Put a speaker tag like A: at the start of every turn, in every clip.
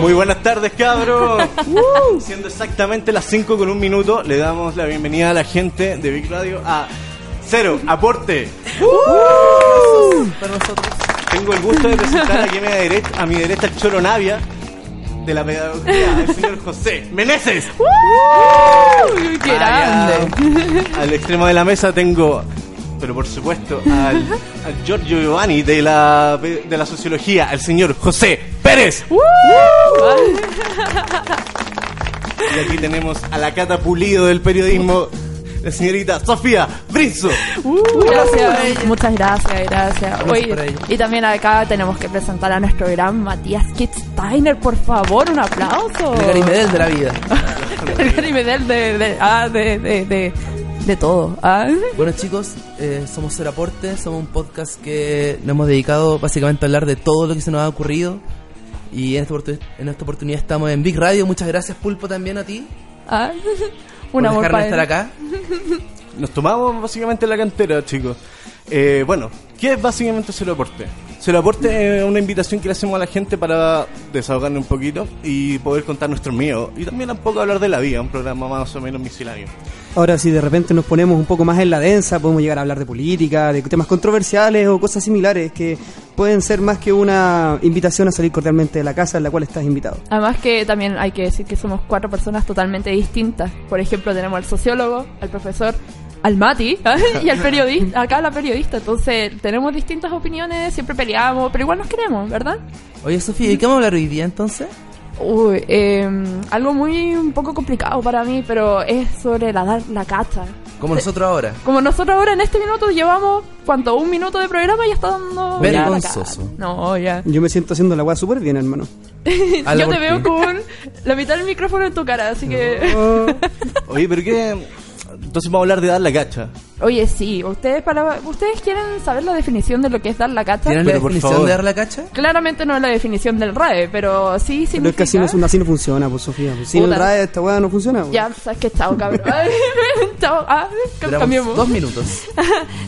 A: Muy buenas tardes, cabros. Uh. Siendo exactamente las 5 con un minuto, le damos la bienvenida a la gente de Big Radio a Cero Aporte.
B: Para nosotros.
A: Tengo el gusto de presentar aquí a mi derecha, a mi derecha el choro Navia de la pedagogía, el señor José Meneses.
B: ¡Uy, ¡Qué grande!
A: Al extremo de la mesa tengo, pero por supuesto, al, al Giorgio Giovanni de la, de la sociología, el señor José Pérez. Y aquí tenemos a la cata pulido del periodismo, la señorita Sofía Brinzo.
B: Gracias, muchas gracias, gracias.
C: Aplausos
B: Oye,
C: para ello.
B: y también acá tenemos que presentar a nuestro gran Matías Kitzsteiner, por favor, un aplauso.
C: El Garimedel de la vida.
B: El Garimedel de, de, ah, de, de, de, de todo. ah.
C: Bueno chicos, eh, somos Cero Aporte, somos un podcast que nos hemos dedicado básicamente a hablar de todo lo que se nos ha ocurrido. Y en esta, oportu- en esta oportunidad estamos en Big Radio. Muchas gracias Pulpo también a ti
B: Ah.
C: por
B: Un amor
C: dejarnos
B: para
C: estar
B: él.
C: acá.
A: Nos tomamos básicamente la cantera, chicos. Eh, bueno, ¿qué es básicamente Cero Aporte? Cero Aporte es una invitación que le hacemos a la gente para desahogarnos un poquito y poder contar nuestros miedos. Y también un poco hablar de la vida, un programa más o menos misceláneo.
D: Ahora, si de repente nos ponemos un poco más en la densa, podemos llegar a hablar de política, de temas controversiales o cosas similares que pueden ser más que una invitación a salir cordialmente de la casa en la cual estás invitado.
B: Además que también hay que decir que somos cuatro personas totalmente distintas. Por ejemplo, tenemos al sociólogo, al profesor, al Mati y al periodista, acá la periodista. Entonces, tenemos distintas opiniones, siempre peleamos, pero igual nos queremos, ¿verdad?
C: Oye Sofía, ¿y qué vamos a hablar hoy día entonces?
B: Uy, eh, algo muy un poco complicado para mí, pero es sobre la dar la cacha.
C: Como nosotros ahora.
B: Como nosotros ahora en este minuto llevamos, ¿cuánto? Un minuto de programa y ya está dando...
C: Vergonzoso.
B: la cacha. No, ya.
D: Yo me siento haciendo la weá súper bien, hermano.
C: Habla
B: Yo te
C: por
B: veo
C: ti.
B: con la mitad del micrófono en tu cara, así que...
A: Oye, pero qué. Entonces vamos a hablar de dar la gacha.
B: Oye, sí, ustedes para ustedes quieren saber la definición de lo que es dar la cacha.
C: ¿Tienes la
A: Pero por
C: definición
A: favor.
C: de dar la cacha?
B: Claramente no es la definición del RAE, pero sí
D: Pero es
B: significa.
D: que así no, es- así no funciona, pues Sofía. pues. Sin
B: Puta.
D: el RAE esta weá no funciona. pues.
B: Ya, sabes que chao, cabrón. chao, ah, cam-
C: Duramos
B: cambiemos.
C: dos minutos.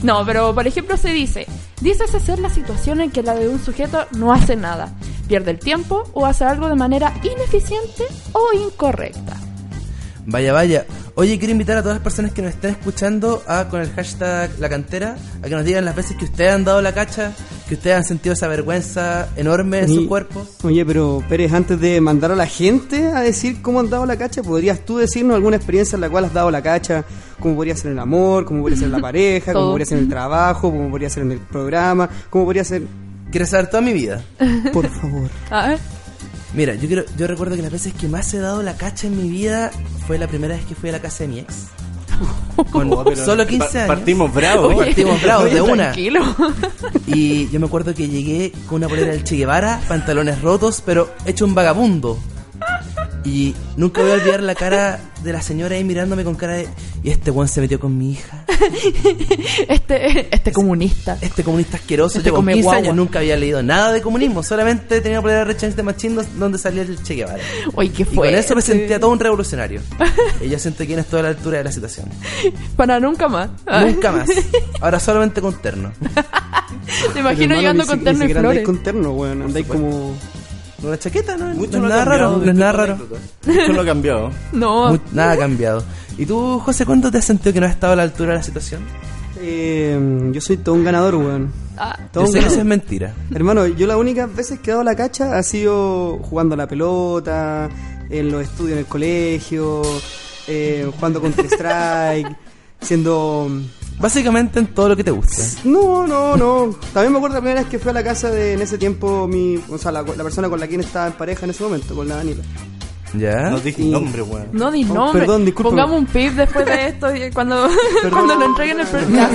B: No, pero por ejemplo se dice, dices hacer la situación en que la de un sujeto no hace nada, pierde el tiempo o hace algo de manera ineficiente o incorrecta.
C: Vaya, vaya. Oye, quiero invitar a todas las personas que nos estén escuchando a, con el hashtag La Cantera a que nos digan las veces que ustedes han dado la cacha, que ustedes han sentido esa vergüenza enorme en
D: Y-
C: sus cuerpos.
D: Oye, pero Pérez, antes de mandar a la gente a decir cómo han dado la cacha, ¿podrías tú decirnos alguna experiencia en la cual has dado la cacha? ¿Cómo podría ser en el amor? ¿Cómo podría ser en la pareja?
B: Todo.
D: ¿Cómo podría ser en el trabajo? ¿Cómo podría ser en el programa? ¿Cómo podría ser...?
C: Quiero saber toda mi vida.
D: Por favor.
B: A ver,
C: Mira, yo quiero, yo recuerdo que las veces que más he dado la cacha en mi vida fue la primera vez que fui a la casa de mi ex. Con solo 15 años.
A: Partimos bravos.
C: Oye. Partimos bravos de una.
B: Tranquilo.
C: Y yo me acuerdo que llegué con una polera del Che Guevara, pantalones rotos, pero hecho un vagabundo. Y nunca voy a olvidar la cara de la señora ahí mirándome con cara de. Y este Juan se metió con mi hija.
B: Este, este comunista.
C: Este comunista asqueroso.
B: Este
C: yo con
B: come
C: 15
B: guagua.
C: años nunca había leído nada de comunismo. Solamente tenía una polera de Rechance de Machín do- donde salía el Che Guevara.
B: Oye, qué
C: Y con
B: fue.
C: eso me sentía todo un revolucionario. Y yo siento que no estoy a la altura de la situación.
B: Para nunca más. Ah,
C: Nunca más. Ahora solamente con terno.
B: Te imagino
D: Pero, hermano,
B: llegando
D: ni
B: con
D: si-
B: terno
D: ni
B: y
D: siquiera
B: flores.
D: Andáis con terno, weón. Andáis como.
C: Una chaqueta, ¿no?
A: Mucho
C: no
A: no
C: es
A: ha
C: nada
A: cambiado
C: raro. No
A: de
C: es nada
A: tu
C: raro.
A: Mucho no ha cambiado.
B: No,
C: Mu- nada ha cambiado. ¿Y tú, José, cuándo te has sentido que no has estado a la altura de la situación?
D: Eh, yo soy todo un ganador, weón.
B: ah,
D: Todo
C: Yo
D: un
C: sé que eso es
D: ganador.
C: mentira.
D: Hermano, yo las únicas veces que he dado la cacha ha sido jugando a la pelota, en los estudios en el colegio, eh, jugando Counter Strike, siendo.
C: Básicamente en todo lo que te gusta.
D: No, no, no. También me acuerdo la primera vez que fui a la casa de, en ese tiempo, mi, o sea, la, la persona con la quien estaba en pareja en ese momento, con la Daniela.
C: ¿Ya?
A: No
C: Mm.
A: dije nombre, weón.
B: no di
D: Oh,
B: nombre.
D: perdón, disculpa.
B: Pongamos un pip después de esto y cuando, cuando lo entreguen el premio.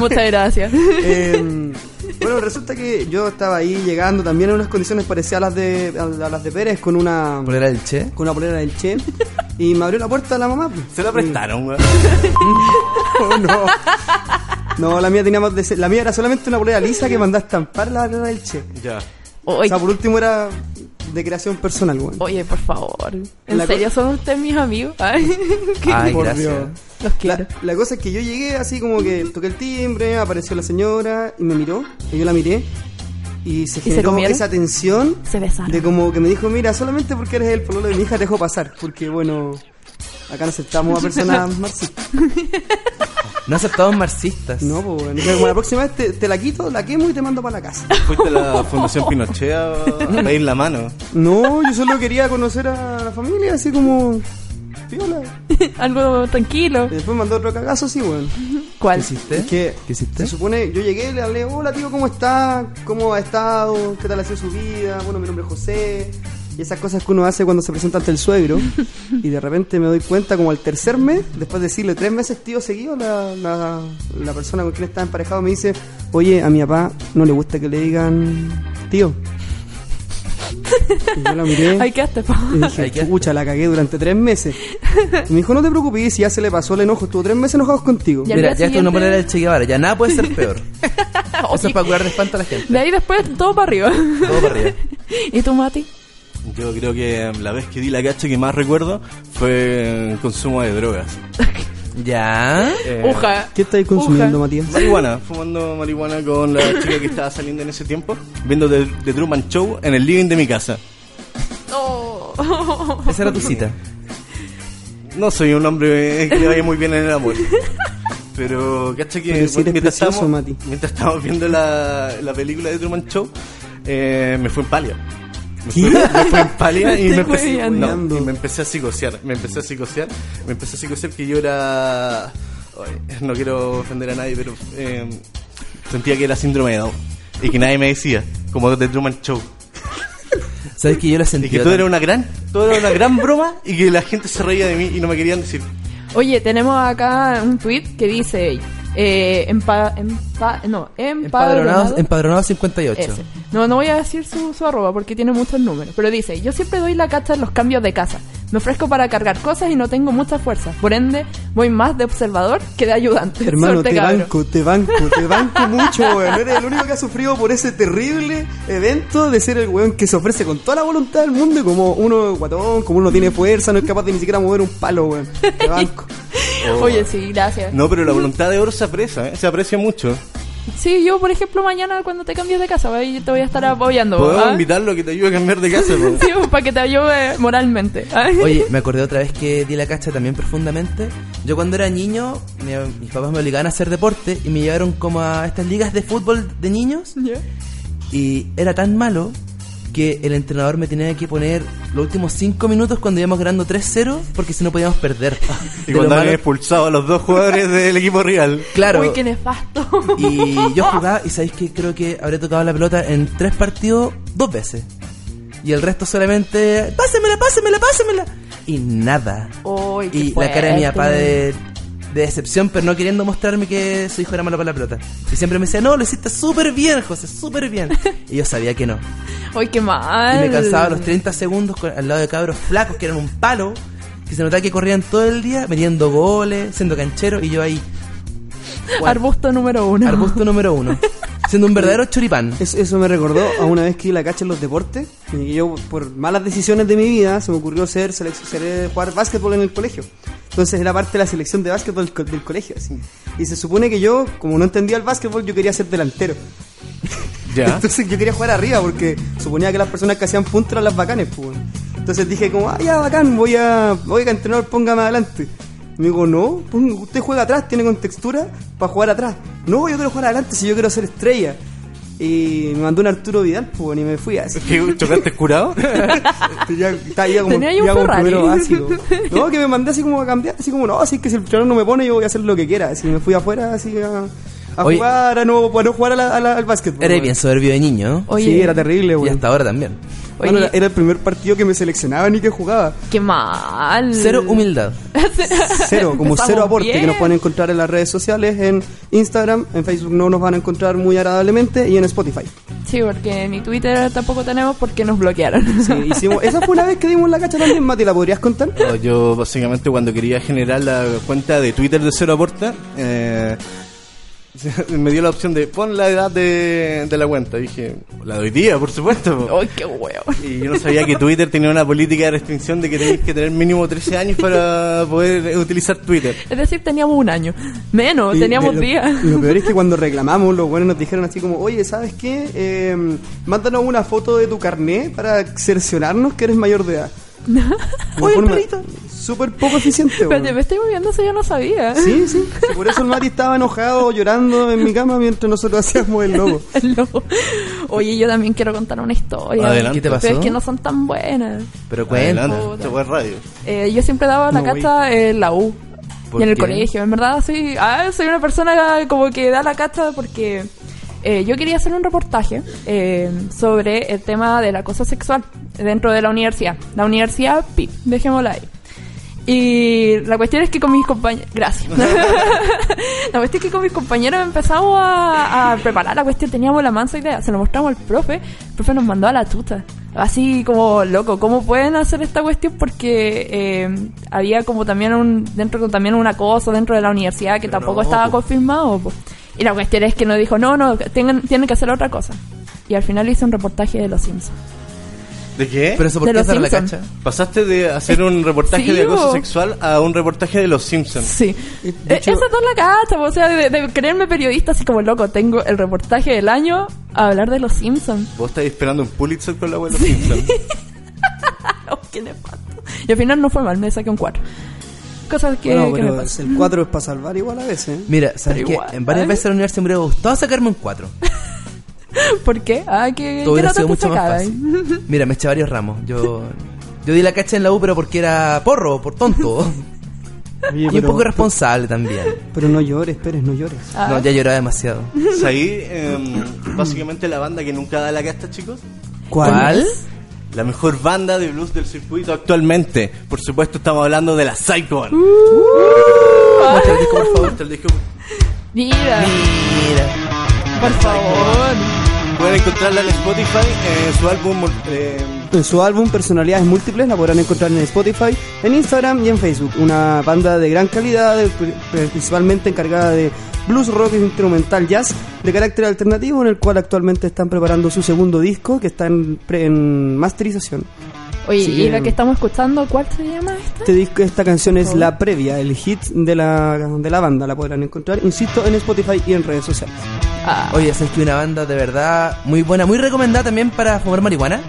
B: Muchas gracias.
D: Eh, Bueno, resulta que yo estaba ahí llegando también en unas condiciones parecidas a las de, a, a las de Pérez con una,
C: ¿Polera del Che?
D: con una polera del Che y me abrió la puerta la mamá. pues.
A: Se la prestaron, weón.
D: Oh, no. No, la mía tenía más de se- la mía era solamente una polera lisa que mandaba a estampar la polera del Che.
A: Ya.
D: O
B: Oye,
D: sea, por último era de creación personal, weón.
B: oye, por favor. ¿En
D: La Ah,
B: serio son ustedes mis amigos? Ay, que
C: Ay,
D: Por
C: gracias.
D: Dios.
B: los
D: La,
B: quiero.
D: la cosa es que yo llegué así como que toqué el timbre, apareció la señora y me miró, y yo la miré y
B: se
D: se generó
B: comieron?
D: esa tensión
B: Se besaron.
D: de como que me dijo, mira, solamente porque eres el pololo de mi hija te dejo pasar, porque bueno, acá no aceptamos a personas marxistas.
C: No aceptamos marxistas.
D: No, pues bueno, Entonces, como la próxima vez te, te la quito, la quemo y te mando para la casa.
A: Fuiste a la Fundación Pinochet a a pedir la mano.
D: No, yo solo quería conocer a la familia, así como... Piola.
B: Algo tranquilo.
D: Y después mandó otro cagazo, sí, bueno.
B: ¿Cuál?
C: ¿Qué hiciste?
D: Es que
C: ¿Eh? ¿Qué hiciste?
D: se supone, yo llegué, le hablé, hola tío, ¿cómo está? ¿Cómo ha estado? ¿Qué tal ha sido su vida? Bueno, mi nombre es José. Y esas cosas que uno hace cuando se presenta ante el suegro. Y de repente me doy cuenta, como al tercer mes, después de decirle tres meses tío seguido, la, la, la persona con quien estaba emparejado me dice, oye, a mi papá no le gusta que le digan tío. Y yo la miré.
B: Ahí quedaste, po.
D: Y
C: Ay, qué
D: dije,
C: asco.
D: pucha, la cagué durante tres meses. Y me dijo, no te preocupes, si ya se le pasó el enojo, estuvo tres meses enojados contigo.
B: Y al
C: Mira,
B: día
C: ya esto es una
B: siguiente-
C: polera del Che Guevara. Ya nada puede ser peor. Eso es para curar de espanto a la gente.
B: Oh, De ahí después todo para arriba.
C: Todo para arriba.
B: ¿Y tú, Mati?
A: Yo creo que la vez que di la cacha que más recuerdo fue en consumo de drogas.
C: Ya.
A: Eh,
B: Uja.
D: ¿Qué estáis consumiendo,
B: Uja.
D: Matías?
A: Marihuana, fumando marihuana con la chica que estaba saliendo en ese tiempo, viendo The, The Truman Show en el living de mi casa.
B: Oh.
C: Esa era tu cita.
A: No soy un hombre eh, que le vaya muy bien en el amor. Pero, cacha que
D: Pero si eres
A: mientras,
D: precioso,
A: estábamos,
D: Mati.
A: mientras estábamos viendo la, la película de Truman Show, eh, me fue en palia. Me fue, me fue en palia y
B: Estoy
A: me, empecé,
B: hueveando.
A: no, y me empecé a psicosear. Me empecé a psicosear. Me empecé a psicosear que yo era. ay, no quiero ofender a nadie, pero eh, sentía que era síndrome de Down. Y que nadie me decía, como de Truman Show.
C: Sabes que yo la sentí.
A: Y que todo era una gran, todo era una gran broma y que la gente se reía de mí y no me querían decir.
B: Oye, tenemos acá un tweet que dice... Eh, empa, empa- no, empadronado.
C: Empadronados, empadronados 58.
B: Ese. No, no voy a decir su, su arroba porque tiene muchos números. Pero dice, yo siempre doy la cacha en los cambios de casa. Me ofrezco para cargar cosas y no tengo mucha fuerza. Por ende, voy más de observador que de ayudante.
D: Hermano,
B: Suerte,
D: te
B: cabrón.
D: banco, te banco, te banco mucho, weón. Eres el único que ha sufrido por ese terrible evento de ser el weón que se ofrece con toda la voluntad del mundo y como uno es guatón, como uno no tiene fuerza, no es capaz de ni siquiera mover un palo, weón. Te banco.
B: Oh. Oye, sí, gracias.
A: No, pero la voluntad de oro se aprecia, ¿eh? se aprecia mucho.
B: Sí, yo, por ejemplo, mañana cuando te cambies de casa, ¿ve? yo te voy a estar apoyando.
A: Podemos
B: ¿ah?
A: invitarlo a que te ayude a cambiar de casa. po?
B: Sí, pues, para que te ayude moralmente. ¿ah?
C: Oye, me acordé otra vez que di la cacha también profundamente. Yo cuando era niño, mi- mis papás me obligaban a hacer deporte y me llevaron como a estas ligas de fútbol de niños
B: Ya.
C: y era tan malo que el entrenador me tenía que poner los últimos 5 minutos cuando íbamos ganando 3-0 porque si no podíamos perder.
A: Y
C: De lo
A: cuando han
C: malo-
A: expulsado a los dos jugadores del equipo rival.
C: Claro.
B: Uy, qué nefasto.
C: Y yo jugaba, y sabéis que creo que habré tocado la pelota en tres partidos dos veces. Y el resto solamente, pásemela, pásemela, pásemela. Y nada.
B: Uy, qué
C: Y la cara de mi
B: fuerte.
C: papá de, de decepción, pero no queriendo mostrarme que su hijo era malo para la pelota. Y siempre me decía, no, lo hiciste súper bien, José, súper bien. Y yo sabía que no.
B: Uy, qué mal.
C: Y me cansaba los 30 segundos con- al lado de cabros flacos que eran un palo, que se notaba que corrían todo el día, metiendo goles, siendo canchero, y yo ahí,
B: Arbusto número uno.
C: arbusto número uno, siendo un verdadero choripán.
D: Eso, eso me recordó a una vez que di la cacha en los deportes y yo por malas decisiones de mi vida se me ocurrió ser, selec- ser- eh, jugar básquetbol en el colegio. Entonces era parte de la selección de básquetbol del, co- del colegio. así. Y se supone que yo, como no entendía el básquetbol, yo quería ser delantero.
A: Ya.
D: Entonces yo quería jugar arriba porque suponía que las personas que hacían punta eran las bacanes. Pues. bueno. Entonces dije como, ah, ya bacán, voy a, voy a entrenador, póngame adelante. Me digo, no, pon- usted juega atrás, tiene contextura para jugar atrás. No, yo quiero jugar adelante si yo quiero ser estrella. Y me mandó un Arturo Vidal, pues, bueno, y me fui así.
A: ¿Qué, ¿Chocaste curado?
D: Ya, estaba ya como,
B: Tenía ahí un
D: ya como
B: Ferrari.
D: primero básico. No, que me mandé así como a cambiar, así como, no, así que si el entrenador no me pone, yo voy a hacer lo que quiera. Así me fui afuera, así a, a
C: Oye.
D: jugar, a no, a no jugar a la- a la- al básquetbol.
C: Eres
D: bueno.
C: bien soberbio de niño, ¿no?
B: Oye,
D: Sí, era terrible,
C: Y
D: güey.
C: hasta ahora también.
B: Oye,
D: Mano, era, era el primer partido que me seleccionaban y que jugaba.
B: qué mal.
C: Cero humildad.
D: Cero, como
B: Empezamos
D: cero aporte
B: bien.
D: que nos pueden encontrar en las redes sociales, en Instagram, en Facebook no nos van a encontrar muy agradablemente y en Spotify.
B: Sí, porque ni Twitter tampoco tenemos porque nos bloquearon.
D: Sí, hicimos, esa fue una vez que dimos la cacha también, Mati, ¿la podrías contar?
A: No, Yo básicamente cuando quería generar la cuenta de Twitter de Cero Aporta, eh, me dio la opción de pon la edad de, de la cuenta. Dije, la de hoy día, por supuesto. po".
B: Ay, qué huevo.
A: Y yo no sabía que Twitter tenía una política de restricción de que tenías que tener mínimo 13 años para poder utilizar Twitter.
B: Es decir, teníamos un año. Menos,
D: Y
B: teníamos
D: lo-
B: días.
D: y Lo, peor es que cuando reclamamos, los buenos nos dijeron así como, oye, ¿sabes qué? Eh, mándanos una foto de tu carné para cerciorarnos que eres mayor de edad.
C: Oye, el
D: forma
C: perrito.
D: Súper poco eficiente, weón.
B: Espérate, me estoy moviendo, eso yo no sabía.
D: Sí, sí. sí, Por eso el Mati estaba enojado, llorando en mi cama mientras nosotros hacíamos el logo.
B: El lobo. Oye, yo también quiero contar una historia.
A: Adelante.
C: ¿Qué te
B: Pero
C: pasó?
B: es que no son tan buenas.
C: Pero cuenta.
A: Adelante, esto fue radio.
B: Eh, yo siempre daba la
D: No,
B: cacha en la U.
C: ¿Por
B: Y en el
C: qué?
B: colegio, en verdad, sí. Ah, soy una persona como que da la cacha porque eh, yo quería hacer un reportaje eh, sobre el tema del acoso sexual dentro de la universidad. La universidad PIP, dejémosla ahí. Y la cuestión es que con mis compañeros... Gracias. la cuestión es que con mis compañeros empezamos a, a preparar la cuestión. Teníamos la mansa idea. Se lo mostramos al profe. El profe nos mandó a la tuta. Así como, loco, ¿cómo pueden hacer esta cuestión? Porque eh, había como también un dentro también una cosa dentro de la universidad que tampoco estaba confirmado. po. Y la cuestión es que nos dijo, no, no, tengan, tienen que hacer otra cosa. Y al final hice un reportaje de los Simpsons.
A: ¿De qué?
C: Pero eso por
B: De
C: qué
B: los
C: hacer la
B: Simpson.
C: cacha.
A: Pasaste de hacer un reportaje
B: Sí,
A: de acoso
B: bo.
A: sexual a un reportaje de los Simpsons.
B: Sí.
D: De
B: Eh,
D: hecho-
B: Esa no es la cacha, po, o sea, de, de creerme periodista así como loco. Tengo el reportaje del año a hablar de los Simpsons.
A: Vos estáis esperando un Pulitzer con la web de los Simpsons.
B: Oh, qué nefasto. Y al final no fue mal, me saqué un 4. Cosas
C: Eh,
B: que,
D: Bueno,
B: que me
D: pero
B: pasan.
D: el 4 es para salvar igual a veces. ¿eh?
C: Mira, sabes
B: Pero
C: que
B: igual.
C: en varias veces la universidad me hubiera gustado sacarme un 4.
B: ¿Por qué? Ah, que
C: Todo hubiera
B: que
C: sido
B: no te
C: mucho más
B: sacaba, ¿eh?
C: fácil. Mira, me eché varios ramos. Yo yo di la cacha en la U, pero porque era porro, por tonto.
D: Oye,
C: Y un
D: pero-
C: poco irresponsable también.
D: Pero no llores, Pérez, no llores.
B: Ah.
C: No, ya lloraba demasiado.
A: Saí, eh, básicamente la banda que nunca da la casta, chicos.
C: ¿Cuál?
A: La mejor banda de blues del circuito actualmente. Por supuesto, estamos hablando de la Psychon.
B: Uh.
A: Muestra el disco, por favor. muestra el disco.
B: Mira,
C: Mira.
B: por favor.
A: Pueden encontrarla en Spotify, eh, su álbum. eh,
D: En su álbum Personalidades Múltiples la podrán encontrar en Spotify, en Instagram y en Facebook. Una banda de gran calidad, de- principalmente encargada de blues rock e instrumental jazz de carácter alternativo, en el cual actualmente están preparando su segundo disco que está en, pre- en masterización.
B: Oye,
D: Sí,
B: ¿y la
D: eh.
B: que estamos escuchando, cuál se llama esta?
D: Este disco, esta canción es la previa, el hit de la, de la banda. La podrán encontrar, insisto, en Spotify y en redes sociales.
B: Ah,
C: Oye, sabes que una banda de verdad muy buena, muy recomendada también para fumar marihuana.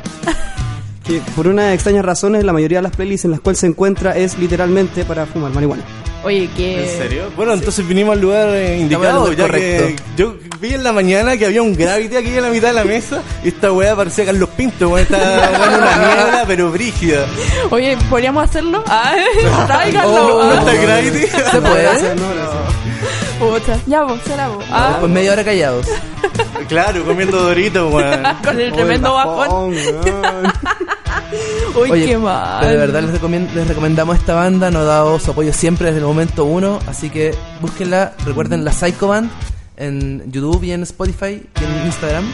D: Que por unas extrañas razones, la mayoría de las playlists en las cuales se encuentra es literalmente para fumar marihuana.
B: oye, que.
A: ¿En serio? Bueno, entonces vinimos al lugar eh, indicado.
C: lugar
A: ya que
C: correcto.
A: yo vi en la mañana que había un gravity aquí en la mitad de la mesa. Y esta weá parecía Carlos Pinto. weón, esta weá era una mierda, pero brígida.
B: Oye, ¿podríamos hacerlo? Ah, tráiganlo.
C: Oh,
A: ¿Dónde está
B: ah,
A: el gravity?
C: ¿Se puede?
D: Gracias, no, gracias.
B: pucha. Ya vos, será vos. Ah,
C: Pues media hora callados.
A: claro, comiendo doritos, weón.
B: con el tremendo bajón. Uy,
C: Oye,
B: qué mal.
C: pero de verdad les, recomiendo- les recomendamos esta banda, nos ha dado su apoyo siempre desde el momento uno, así que búsquenla, recuerden la Psycho Band en YouTube y en Spotify y en Instagram.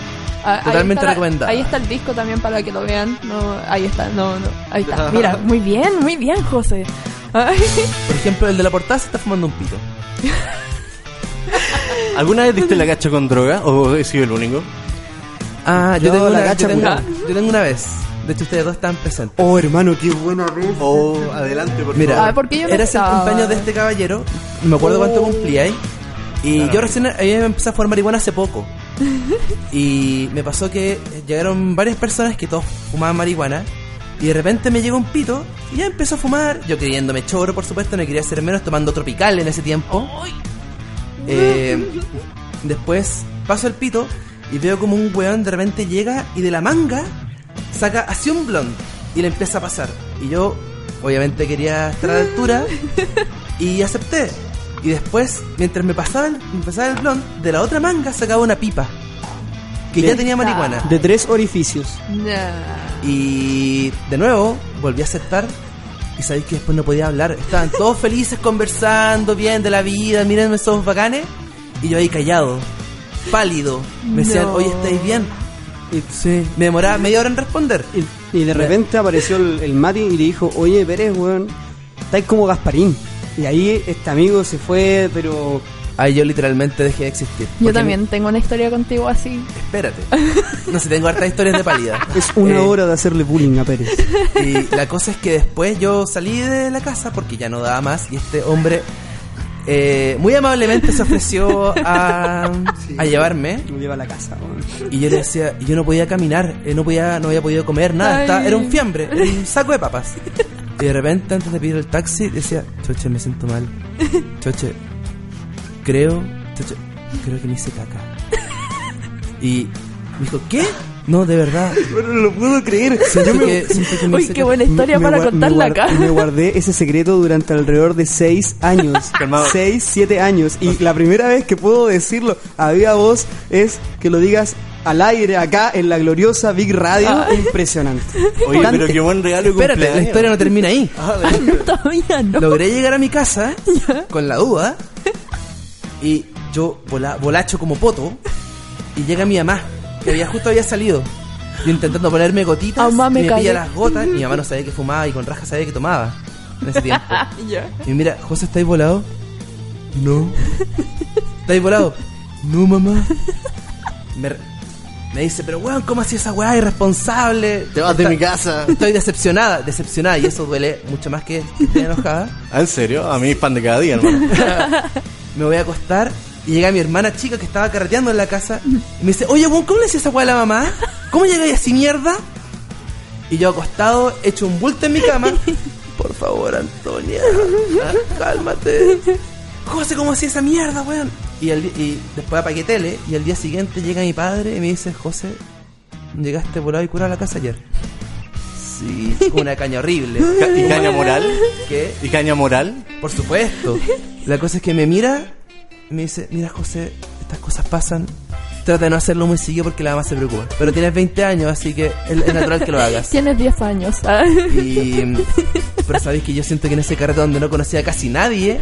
B: Ah, ahí
C: Totalmente
B: está la-
C: recomendada.
B: Ahí está el disco también para que lo vean. No, ahí está, no, no. Ahí está. Mira, muy bien, muy bien, José. Ay.
C: Por ejemplo, el de la portada se está fumando un pito.
A: ¿Alguna vez diste la cacha con droga? ¿O he sido el único?
C: Ah, yo,
D: Yo
C: tengo
D: la
C: una, yo,
D: gacha,
C: tengo,
D: weón.
C: yo tengo una vez. De hecho, ustedes dos están presentes.
D: Oh, hermano, qué buena vez.
A: O adelante, por
C: Mira,
B: Ah, ¿por qué yo no
C: era el
B: estaba? Oh.
C: cumpleaños de este caballero, no me acuerdo cuánto cumplía ahí. Y yo recién había empezado a fumar marihuana hace poco. Y me pasó que llegaron varias personas que todos fumaban marihuana. Y de repente me llegó un pito y ya empezó a fumar. Yo creyéndome choro, por supuesto, no quería ser menos tomando tropical en ese tiempo. Eh, después paso el pito y veo como un weón de repente llega y de la manga saca así un blond y le empieza a pasar. Y yo, obviamente, quería estar a la altura y acepté. Y después, mientras me pasaban, me pasaba el blond, de la otra manga sacaba una pipa. que
D: De-
C: ya tenía marihuana.
D: De tres orificios.
B: Ya.
C: Y de nuevo volví a aceptar. Y sabéis que después no podía hablar. Estaban todos felices conversando, bien de la vida, miren esos bacanes. Y yo ahí callado, pálido. Me decían,
B: No.
C: oye, ¿estáis bien? Y, sí. Me demoraba media hora en responder.
D: Y, y de repente apareció el, el Mati y le dijo, oye Pérez, weón, estáis como Gasparín. Y ahí este amigo se fue, pero
C: Ahí yo literalmente dejé de existir.
B: Yo
C: Porque
B: también tengo una historia contigo así.
C: me- Espérate. No sé, tengo hartas historias de pálida.
D: es una
C: Eh,
D: hora de hacerle bullying a Pérez.
C: Y la cosa es que después yo salí de la casa porque ya no daba más y este hombre eh, muy amablemente se ofreció a, a llevarme
D: Lo lleva a la casa, weón.
C: y yo le decía, y yo no podía caminar, eh, no podía, no había podido comer nada,
B: Ay.
C: estaba- era un fiambre, era un saco de papas. Y de repente antes de pedir el taxi decía, choche, me siento mal, choche, creo, choche, creo que me hice caca. Y me dijo, ¿qué? No, de verdad.
D: Pero no lo puedo creer.
C: Siento que, siento que me
B: Uy,
C: hice
B: qué
C: caca".
B: buena historia
D: Me- me
B: para
D: guar- me
B: contarla
D: guar-
B: acá.
D: Me guardé ese secreto durante alrededor de seis años.
A: Calmado.
D: seis, siete años. Y la primera vez que puedo decirlo a viva voz es que lo digas al aire acá en la gloriosa Big Radio.
B: Ah.
D: Impresionante.
A: Oye,
D: Tan-
A: pero qué buen regalo y
C: Espérate, la
A: cumpleaños.
C: historia no termina ahí.
B: No, todavía no.
C: Logré llegar a mi casa con la duda y yo vola- volacho como poto y llega mi mamá, que había justo había salido. Yo intentando ponerme gotitas,
B: Amá, me
C: y me pilla
B: cagué.
C: las gotas, y mi mamá no sabía que fumaba y con raja sabía que tomaba en ese tiempo.
B: Ya.
C: Y mira, José, ¿estáis volado? No. ¿Estáis volado? No, mamá. Me, re- me dice, pero weón, ¿cómo así esa weá irresponsable?
A: Te vas de
C: Está-
A: mi casa.
C: Estoy decepcionada, decepcionada, y eso duele mucho más que estar enojada.
A: Ah, ¿En serio? A mí es pan de cada día, hermano.
C: Me voy a acostar y llega mi hermana chica que estaba carreteando en la casa y me dice, oye, weón, ¿cómo le hacías esa weá a la mamá? ¿Cómo llegáis así mierda? Y yo acostado, hecho un bulto en mi cama. Por favor, Antonia, cálmate. José, ¿cómo hacía esa mierda, weón? Y, al di- y después apagué tele y al día siguiente llega mi padre y me dice, José, llegaste volado y curado a la casa ayer. Sí, con una caña horrible.
A: Ca- ¿Y caña moral?
C: ¿Qué?
A: ¿Y caña moral?
C: Por supuesto. La cosa es que me mira y me dice, mira José, estas cosas pasan. Trata de no hacerlo muy seguido porque la mamá se preocupa. Pero tienes 20 años, así que es, es natural que lo hagas.
B: Tienes 10 años.
C: Y, mm, pero sabéis que yo siento que en ese carrete donde no conocía a casi nadie,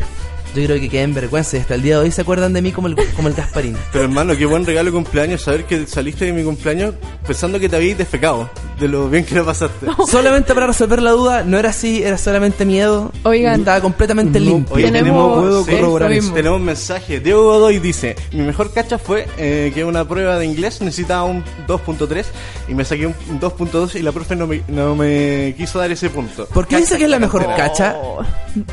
C: yo creo que quedé en vergüenza y hasta el día de hoy se acuerdan de mí como el, como el Gasparín.
A: Pero hermano, qué buen regalo de cumpleaños saber que saliste de mi cumpleaños pensando que te habías defecado, de lo bien que lo pasaste.
C: Solamente para resolver la duda, no era así, era solamente miedo.
B: Oigan.
C: Estaba completamente
D: No,
C: limpio.
A: Oye, tenemos,
B: Tenemos-
D: puedo
A: sí,
D: corroborar
B: eso
A: tenemos-
B: mismo.
A: tenemos un mensaje. Diego Godoy dice, mi mejor cacha fue eh, que una prueba de inglés necesitaba un 2.3 y me saqué un 2.2 y la profe no me, no me quiso dar ese punto.
C: ¿Por qué dice que es la mejor cacha?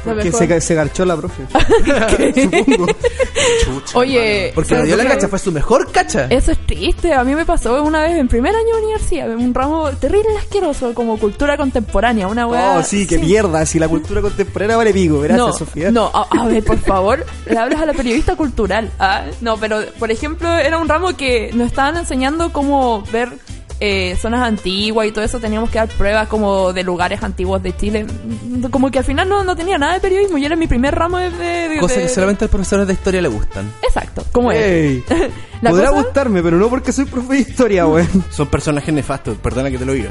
B: La
D: Que
B: mejor.
D: se, se garchó la profe. Supongo.
B: Oye,
C: Porque no dio la
B: ¿sabes?
C: cacha, fue su mejor cacha.
B: Eso es triste, a mí me pasó una vez en primer año de universidad, en un ramo terrible asqueroso como cultura contemporánea, una weá.
D: Oh, sí, que mierda. Si la cultura contemporánea vale pico. Gracias,
B: no,
D: Sofía.
B: No, a, a ver, por favor, le hablas a la periodista cultural. ¿ah? No, pero por ejemplo, era un ramo que nos estaban enseñando cómo ver eh, zonas antiguas y todo eso. Teníamos que dar pruebas como de lugares antiguos de Chile. Como que al final no, no tenía nada de periodismo y era mi primer ramo de. de- de-
C: Cosas
B: de-
C: que solamente a los profesores de historia le gustan.
B: Exacto, como
D: Ey.
B: es. La
D: Podrá
B: cosa-
D: gustarme, pero no porque soy profe de historia, weón.
A: Son personajes nefastos, perdona que te lo diga.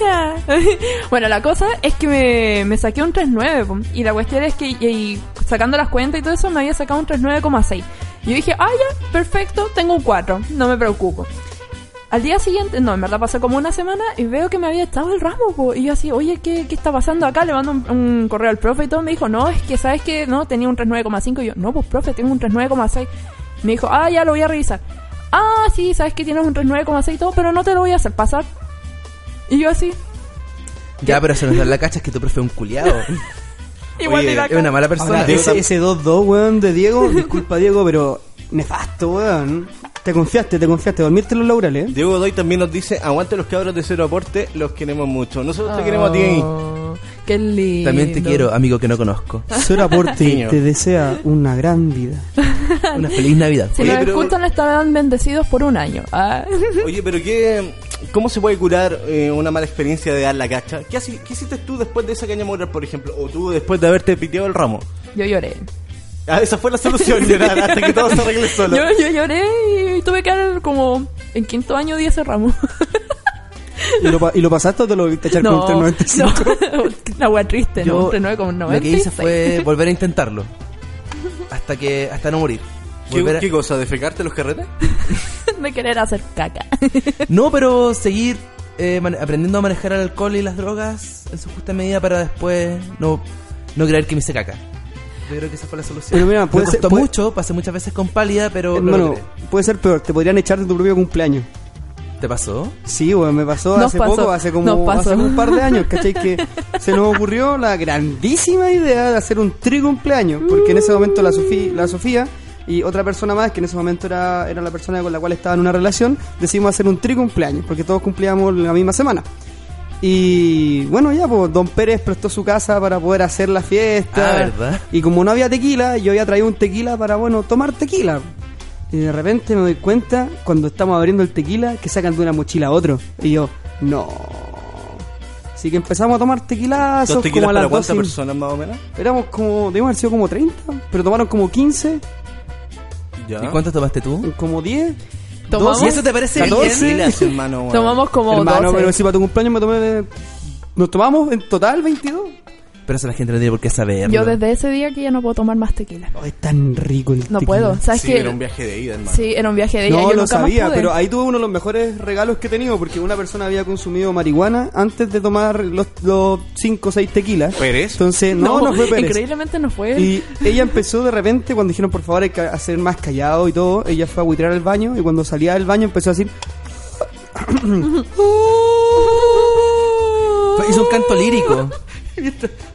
B: Ya. bueno, la cosa es que me, me saqué un 3.9 po. y la cuestión es que y- y sacando las cuentas y todo eso me había sacado un 3.9,6. Yo dije, ah, ya, perfecto, tengo un 4, no me preocupo. Al día siguiente, no, en verdad pasó como una semana y veo que me había echado el ramo, po. y yo así, oye, ¿qué, qué está pasando acá? Le mando un, un correo al profe y todo, me dijo, no, es que sabes que no, tenía un 39,5, y yo, no, pues profe, tengo un 39,6. Me dijo, ah, ya lo voy a revisar. Ah, sí, sabes que tienes un 39,6 y todo, pero no te lo voy a hacer pasar. Y yo así,
C: Ya, pero se nos da la cacha es que tu profe es un culiado.
B: igual
A: Oye,
B: de la
C: Es una mala persona.
D: Ahora,
A: Diego
D: ese
A: tam-
D: ese 2-2, weón, de Diego, disculpa Diego, pero nefasto, weón. Te confiaste, te confiaste, dormirte en los laurales. ¿eh?
A: Diego Godoy también nos dice, aguante los cabros de cero aporte, los queremos mucho. Nosotros
B: Ah.
A: te queremos a ti.
B: Oh, Qué lindo.
C: También te quiero, amigo que no conozco.
D: Ser aporte
A: Niño.
D: te desea una gran vida.
C: Una feliz Navidad.
B: Si
A: Oye,
B: nos
A: pero-
B: escuchan estarán bendecidos por un año. Ah.
A: Oye, pero qué, ¿cómo se puede curar eh, una mala experiencia de dar la cacha? ¿Qué, haci- qué hiciste tú después de esa caña moral, por ejemplo? O tú después de haberte piteado el ramo.
B: Yo lloré.
A: Ah, esa fue la solución, llorar, hasta que todo se arregle
B: Yo,
A: solo.
B: yo lloré y tuve que dar como En quinto año di ese ramo.
D: ¿Y lo, pa- y lo pasaste o te lo viste echar
B: no,
D: con un 395?
B: no, una wea triste, ¿no?
C: Yo
B: Un 39,96.
C: Lo que hice fue volver a intentarlo. Hasta que hasta no morir.
A: ¿Qué,
C: Volver a-
A: qué cosa? ¿Defecarte los carretes?
B: de querer hacer caca.
C: No, pero seguir eh, mane- aprendiendo a manejar el alcohol y las drogas en su justa medida para después no, no creer que me hice caca. Yo creo que esa fue la solución.
D: Pero mira, puede
C: me
D: ser-
C: costó
D: puede- Eh,
C: mucho, pasé muchas veces con pálida, pero lo
D: Hermano,
C: logré.
D: puede ser peor, te podrían echar de tu propio cumpleaños.
C: ¿Te pasó?
D: Sí, weón, me pasó
B: Nos
D: hace
B: pasó,
D: poco, hace
B: nos
D: como
B: pasó.
D: hace como un par de años, ¿cachai? Que se nos ocurrió la grandísima idea de hacer un tricumpleaños, porque en ese momento la, Sofía, la Sofía y otra persona más, que en ese momento era, era la persona con la cual estaba en una relación, decidimos hacer un tricumpleaños, porque todos cumplíamos la misma semana. Y bueno, ya, pues Don Pérez prestó su casa para poder hacer la fiesta.
C: Ah, ¿verdad?
D: Y como no había tequila, yo había traído un tequila para, bueno, tomar tequila. Y de repente me doy cuenta, cuando estamos abriendo el tequila, que sacan de una mochila a otro. Y yo, no. Así que empezamos a tomar tequilazos
A: ¿Dos tequilas
D: Ah, como a las
A: para cuántas
D: 12.
A: personas más o menos?
D: Éramos como, debíamos haber sido como 30, pero tomaron como 15,
A: Ya.
D: ¿Ah?
C: ¿Y cuántos tomaste tú?
D: como 10.
B: Tomamos-
C: ¿Y eso te parece
D: ¿Catorce?
C: bien?
A: Tequilas, hermano. weón.
B: Tomamos como
D: Hermano,
B: 12.
D: pero si para tu cumpleaños me tomé... de- Nos tomamos en total 22.
C: Pero eso la gente no tiene por qué saberlo.
B: Yo desde ese día que ya no puedo tomar más tequila.
D: Oh, es tan rico el
B: No
D: tequila.
B: puedo. ¿Sabes
A: Sí,
B: que
A: era un viaje de ida, hermano.
B: Sí, era un viaje de ella.
D: No,
B: yo
D: lo
B: nunca más
D: sabía,
B: pude.
D: pero ahí tuve uno de los mejores regalos que he tenido porque una persona había consumido marihuana antes de tomar los 5 o 6 tequilas.
A: ¿Pérez?
D: Entonces, no, no, fue Pérez.
B: Increíblemente no fue.
D: Y ella empezó de repente, cuando dijeron por favor hay que hacer más callado y todo, ella fue a buitrear al baño y cuando salía del baño empezó a decir,
C: Fue- Hizo un canto
B: Oh.
C: lírico.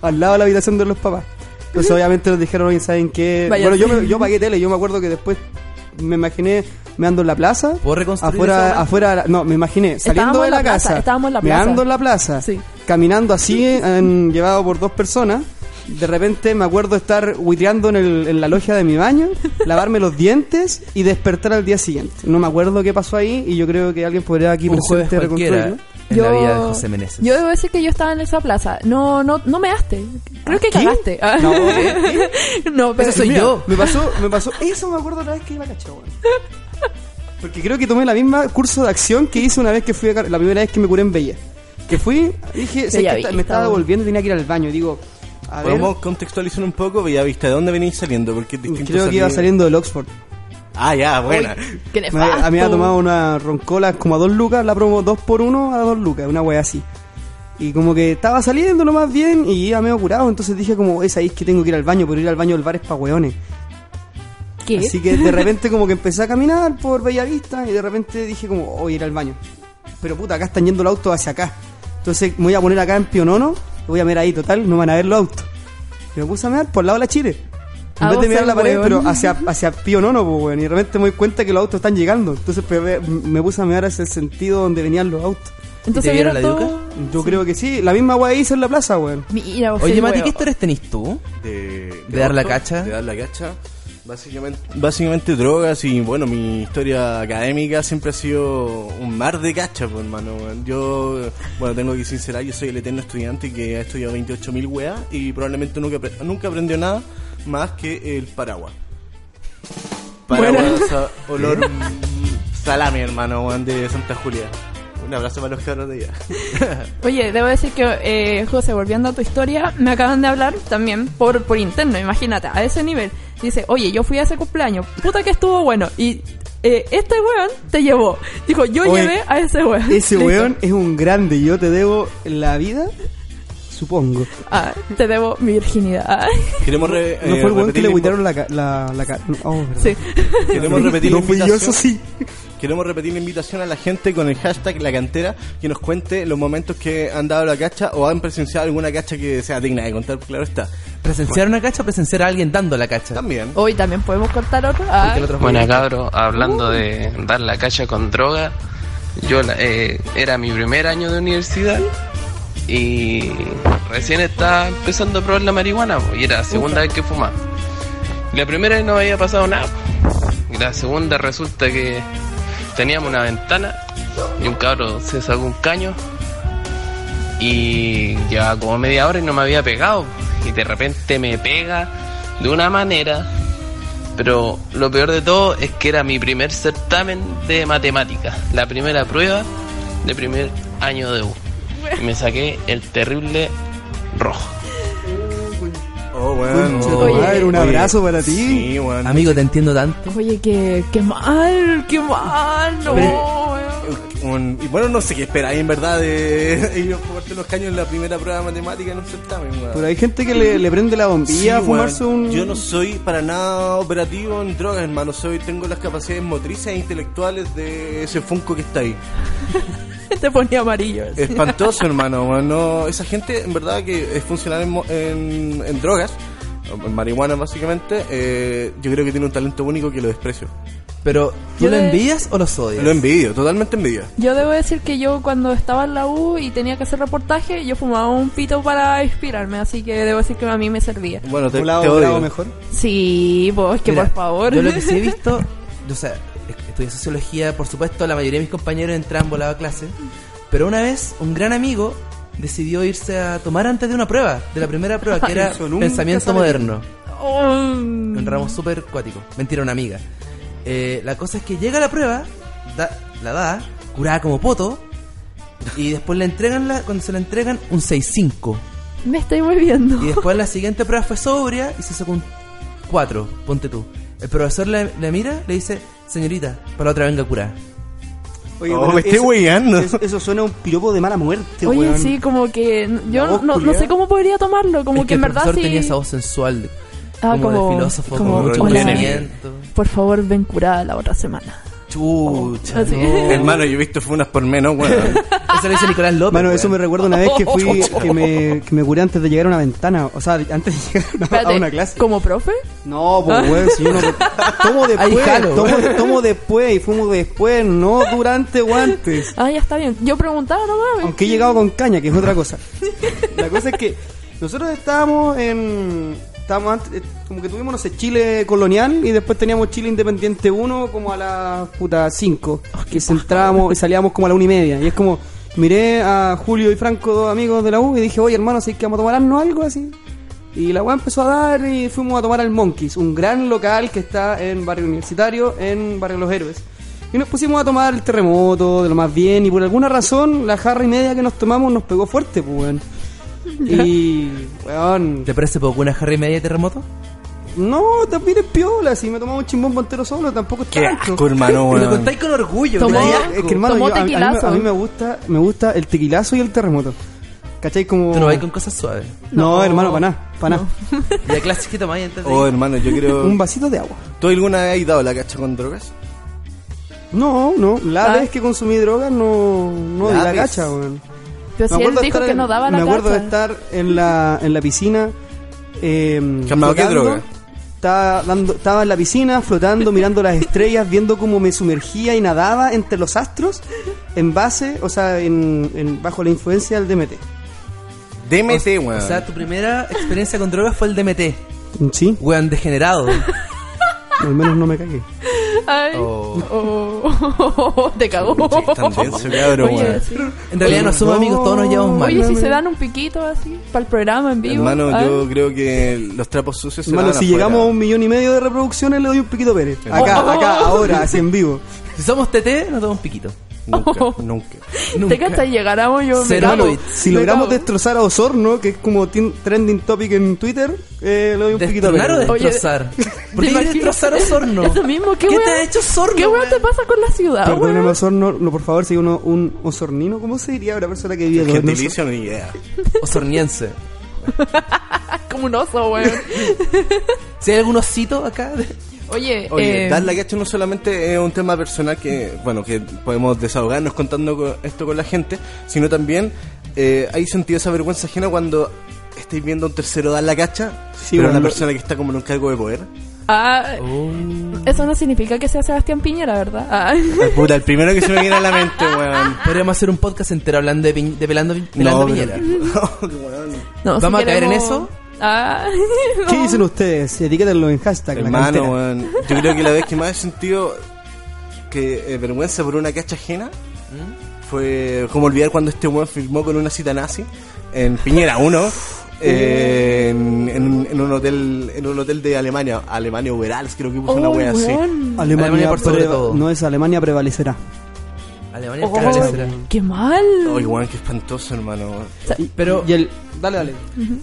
D: al lado de la habitación de los papás. Entonces obviamente nos dijeron, oye, ¿saben qué?
B: Vaya.
D: Bueno, yo, me- yo pagué tele, yo me acuerdo que después me imaginé me ando en la plaza.
C: ¿Puedo reconstruir esa
D: afuera,
C: hora?
D: afuera, no, me imaginé
B: Estábamos
D: saliendo de
B: en
D: la,
B: la plaza,
D: casa.
B: estábamos en la
D: me
B: plaza.
D: ando en la plaza.
B: Sí.
D: Caminando así, en- llevado por dos personas. De repente me acuerdo estar huiteando en, el- en la logia de mi baño, lavarme los dientes y despertar al día siguiente. No me acuerdo qué pasó ahí y yo creo que alguien podría aquí
C: un jueves
D: presente
C: cualquiera en
D: reconstruirlo.
C: la vida de José Meneses.
B: Yo debo decir que yo estaba en esa plaza. No, no, no me daste. Creo que
D: ¿Qué?
B: cagaste. Ah.
D: No, ¿qué?
B: no, pero
C: ¿eh? Ese soy
D: Mira,
C: yo.
D: Me pasó, me pasó. Eso me acuerdo otra vez que iba a cachar, weón. Porque creo que tomé la misma curso de acción que hice una vez que fui a, Car- la primera vez que me curé en Bella. Que fui, dije, sé que
B: Bella
D: esta-
B: Vista,
D: me estaba
B: weón.
D: devolviendo y tenía que ir al baño. Y digo, a ver,
A: Podemos contextualizar un poco, Bellavista, ¿de dónde venís saliendo? Porque es distinto
D: creo que iba
A: salir-
D: saliendo del Oxford.
A: Ah, ya, buena.
B: Qué
D: Me- a mí me
B: nefasto.
D: había tomado una roncola como a dos lucas, la promo dos por uno a dos lucas, una wea así. Y como que estaba saliendo nomás bien y iba medio curado, entonces dije como, es ahí que tengo que ir al baño, pero ir al baño del bar es pa' weones.
B: ¿Qué?
D: Así que de repente como que empecé a caminar por Bellavista y de repente dije como, "Oh, voy a ir al baño. Pero puta, acá están yendo los autos hacia acá. Entonces me voy a poner acá en Pionono, y voy a mirar ahí, total, no van a ver los autos. Y me puse a mirar por el lado de la Chile.
B: Ah,
D: En vez de
B: vos
D: mirar
B: soy
D: la pared,
B: hueón.
D: pero hacia, hacia Pionono, pues, weón. Y de repente me doy cuenta que los autos están llegando. Entonces pues, me- me puse a mirar hacia el sentido donde venían los autos.
B: Entonces
C: ¿Y te vieron la
B: todo-
D: Yo creo que sí, la misma weá hice en la plaza, weón.
B: Mira, vos
C: Oye,
B: soy
C: Mati,
B: hueón.
C: ¿qué historias tenés tú?
A: De, de
C: ¿De dar la
A: auto,
C: cacha?
A: De dar la cacha. Básicamente, básicamente drogas y bueno, mi historia académica siempre ha sido un mar de cacha, pues, hermano. Yo, bueno, tengo que sincerar, yo soy el eterno estudiante que ha estudiado 28.000 weas y probablemente nunca, apre- nunca aprendió nada más que el paraguas. Paraguas, a- olor mm, salame, hermano, weón, de Santa Julia. Un abrazo para los cabros de allá.
B: Oye, debo decir que, eh, José, volviendo a tu historia, me acaban de hablar también por, por interno, imagínate, a ese nivel. Dice, oye, yo fui a ese cumpleaños, puta que estuvo bueno. Y eh, este weón te llevó. Dijo, yo
D: Oye,
B: llevé a ese weón.
D: Ese
B: Listo.
D: weón es un grande y yo te debo la vida, supongo.
B: Ah, te debo mi virginidad. Ah,
A: Queremos re-
D: No
A: eh,
D: fue el weón que
A: repetir la
D: le
A: impo-
D: guitaron la ca- la la ca- Oh, verdad.
B: sí.
A: Queremos repetir la
D: no fui yo,
A: invitación.
D: eso sí.
A: Queremos repetir la invitación a la gente con el hashtag La Cantera que nos cuente los momentos que han dado la cacha o han presenciado alguna cacha que sea digna de contar, pues claro está.
C: ¿Presenciar una cacha o presenciar a alguien dando la cacha?
D: Oh,
A: También.
B: Hoy también podemos cortar otro.
C: Porque
B: Ah,
C: el otro fue
E: Buena
C: bien.
E: cabro, hablando de dar la cacha con droga, yo la- eh, era mi primer año de universidad y recién estaba empezando a probar la marihuana po, y era la segunda vez que fumaba. La primera vez no había pasado nada y la segunda resulta que teníamos una ventana y un cabro se sacó un caño y llevaba como media hora y no me había pegado y de repente me pega de una manera Pero lo peor de todo es que era mi primer certamen de matemáticas, la primera prueba de primer año de U. Y me saqué el terrible rojo.
A: Oh,
D: Concha
A: bueno.
D: de tu
B: Oye.
D: madre, un
A: Oye.
D: abrazo para ti.
A: Sí, bueno.
C: Amigo, te entiendo tanto.
B: Oye, qué, qué mal, qué mal, no. weón.
A: Un- y bueno, no sé qué esperáis en verdad de ellos jugarte los caños en la primera prueba de matemática en un certamen, weón.
D: Pero hay gente que le, le prende la bombilla
A: Sí,
D: a
A: weón.
D: fumarse un.
A: Yo no soy para nada operativo en drogas, hermano. Soy, tengo las capacidades motrices e intelectuales de ese Funko que está ahí.
B: Te Este ponía amarillo. así.
C: Eh.
A: Espantoso, hermano. weón. No, esa gente, en verdad, que es funcional en, mo- en- en drogas, en marihuana básicamente, eh, yo creo que tiene un talento único que lo desprecio.
C: Pero, ¿tú
B: Yo
C: lo
B: de-
C: envías o los odias?
A: Lo envidio, totalmente envidio.
B: Yo debo decir que yo cuando estaba en la U y tenía que hacer reportaje, yo fumaba un pito para inspirarme, así que debo decir que a mí me servía.
A: Bueno, te,
D: Volado,
A: te odio.
D: volado mejor.
B: Sí, pues que
C: Mira,
B: por favor.
C: Yo lo que sí he visto, o sea, estudié sociología, por supuesto, la mayoría de mis compañeros entraban volado a clase, pero una vez un gran amigo decidió irse a tomar antes de una prueba, de la primera prueba, que era
D: Eso nunca
C: pensamiento
D: sale
C: moderno,
B: Oh.
C: un ramo súper cuático, mentira, una amiga. Eh, la cosa es que llega la prueba, da- la da, curada como poto, y después le entregan, la, cuando se la entregan, un 6-5.
B: Me estoy moviendo.
C: Y después la siguiente prueba fue sobria y se sacó un 4, ponte tú. El profesor le, le mira, le dice, señorita, para la otra venga a curar.
D: Oye,
A: Oh,
D: pero
A: me estoy
D: eso-
A: weyando.
D: es- Eso suena a un piropo de mala
C: este
D: muerte,
B: Oye,
D: weón.
B: sí, como que n- yo
D: La voz
B: no, no
D: culiada.
B: sé cómo podría tomarlo, como
C: Es
B: que, en
C: el
B: verdad
C: profesor
B: sí.
C: tenía esa voz sensual,
B: Ah,
C: como,
B: como-
C: de filósofo,
B: como-
C: como, mucho
B: hola.
C: conocimiento.
B: Por favor, ven curada la otra semana.
C: Chucha,
B: Así.
C: no.
A: Hermano, yo he visto funas por menos, weón.
C: Eso lo dice Nicolás López.
D: Mano, eso me
C: weón.
D: recuerda una vez que fui, que me, que me curé antes de llegar a una ventana. O sea, antes de llegar a- a
B: Espérate, Ah.
D: una clase.
B: ¿como profe?
D: No, pues, weón, si yo no. Tomo
C: Ahí
D: después,
C: jalo.
D: tomo, tomo después y fumo después, no durante o antes.
B: Ah, ya está bien. Yo preguntaba nomás.
D: Aunque he llegado con caña, que es otra cosa. La cosa es que nosotros estábamos en. Estábamos antes- eh, como que tuvimos, no sé, Chile colonial y después teníamos Chile Independiente 1 como a las puta 5. que entrábamos y salíamos como a la 1 y media. Y es como, miré a Julio y Franco, dos amigos de la U, y dije, oye hermano, si que vamos a tomarnos algo así. Y la weá empezó a dar y fuimos a tomar al Monkeys, un gran local que está en Barrio Universitario, en Barrio Los Héroes. Y nos pusimos a tomar el terremoto, de lo más bien, y por alguna razón la jarra y media que nos tomamos nos pegó fuerte, pues weón. Y, weón,
C: ¿Te parece poco una Harry media de terremoto?
D: no, también es piola, si me tomaba un chimbón montero solo, tampoco es
A: Qué
D: tanto.
A: asco, hermano,
C: Te lo
A: weón.
C: contáis con orgullo.
B: Tomó-
C: ¿verdad?
D: Es que hermano,
B: Tomó
D: yo- a- a, mí, me-
B: tequilazo.
D: a mí me gusta, me gusta el tequilazo y el terremoto. ¿Cachai? Como...
C: Tú no vais con cosas suaves.
D: No,
B: No.
D: hermano, para nada, para nada.
C: Y la clase que tomáis antes de
A: Oh,
C: ir.
A: hermano, yo
D: Un
A: creo...
D: vasito de agua.
A: ¿Tú alguna vez has dado la cacha con drogas?
D: No, no, la
B: Ah.
D: vez que consumí drogas no, no di
C: La
D: la
C: vez.
D: gacha, weón.
B: Pero si él
D: de
B: dijo
D: estar
B: que
D: en-
B: no daba la
D: Me acuerdo
B: casa.
D: de estar en la, en la piscina. Eh,
A: Calmado, ¿qué
D: flotando.
A: droga?
D: Estaba, dando, estaba en la piscina, flotando, mirando las estrellas, viendo cómo me sumergía y nadaba entre los astros en base, o sea, en, en- bajo la influencia del DMT.
A: DMT, weón.
C: O sea, tu primera experiencia con drogas fue el DMT.
D: Sí,
C: Weón degenerado.
D: al menos no me cagué.
B: Ay.
C: Oh.
B: Oh, te cagó.
A: Sí, también se cabrón,
B: Oye,
A: weón.
B: sí.
C: En realidad no somos
D: No.
C: amigos, todos nos llevamos mal.
B: Oye, si se dan un piquito así para el programa en vivo. Ah.
A: Hermano,
B: ay.
A: yo creo que los trapos sucios se
D: Hermano,
A: lavan
D: si
A: afuera.
D: llegamos a un millón y medio de reproducciones, le doy un piquito Pérez. Acá, acá, ahora, así en vivo.
C: Si somos TT, nos damos un piquito.
A: Nunca, nunca.
B: Oh. Te
C: Nunca.
B: cachas, llegáramos yo. me
C: Cero
B: cago.
C: tweets.
D: Si
B: Me
D: logramos
B: cago.
D: destrozar a Osorno, que es como tin- trending topic en Twitter, eh, le doy un piquito
C: ¿Destronar o
D: Pérez.
B: Oye,
C: destrozar? ¿Por
B: ¿Te
C: qué quieres
B: imaginas?
C: destrozar a Osorno?
B: Eso mismo, ¿qué,
C: ¿Qué
B: weón?
C: te ha hecho Osorno?
B: ¿Qué weón
C: weón?
B: te pasa con la
C: Ah,
B: ciudad,
D: Perdóname,
B: weón?
D: Osorno, no, por favor, si uno, un osornino, ¿cómo se diría una persona que vive en Osorno?
A: Gentilicio, ni idea.
C: Osorniense.
B: Ah, Como un oso, weón.
C: Si hay algún osito acá, de-
B: Oye,
A: Oye,
B: eh,
A: dar la cacha no solamente es un tema personal que, bueno, que podemos desahogarnos contando co- esto con la gente, sino también eh, hay sentido esa vergüenza ajena cuando estáis viendo a un tercero dar la cacha,
D: Sí,
A: pero
D: bueno,
A: a una
D: lo-
A: persona que está como en un cargo de poder.
B: ah, eso no significa que sea Sebastián Piñera, ¿verdad? Ah.
A: Ay, Puta, el primero que se me viene a la mente, weón.
C: podríamos hacer un podcast entero hablando de, piñ- de pelando, pelando
A: No,
C: piñera.
A: pero- weón.
B: No,
C: ¿Vamos
B: si
C: a caer en
B: queremos-
C: eso?
B: Ah, no.
D: ¿Qué dicen ustedes? Etiquétenlo en hashtag. la
A: Hermano,
D: cantera.
A: weón, yo creo que la vez que más he sentido que eh, vergüenza por una cacha ajena fue como olvidar cuando este weón firmó con una cita nazi en Piñera 1 eh, en, en- en un hotel en un hotel de Alemania, Alemania Uberals, creo que puso una
B: Oh,
A: wea así.
B: weón.
D: Alemania,
C: Alemania por sobre
D: preva-
C: todo.
D: No es Alemania prevalecerá.
C: Alemania
B: Oh,
C: prevalecerá.
B: qué mal.
A: Oh, igual, qué espantoso, hermano.
C: Pero-
D: y el dale, dale.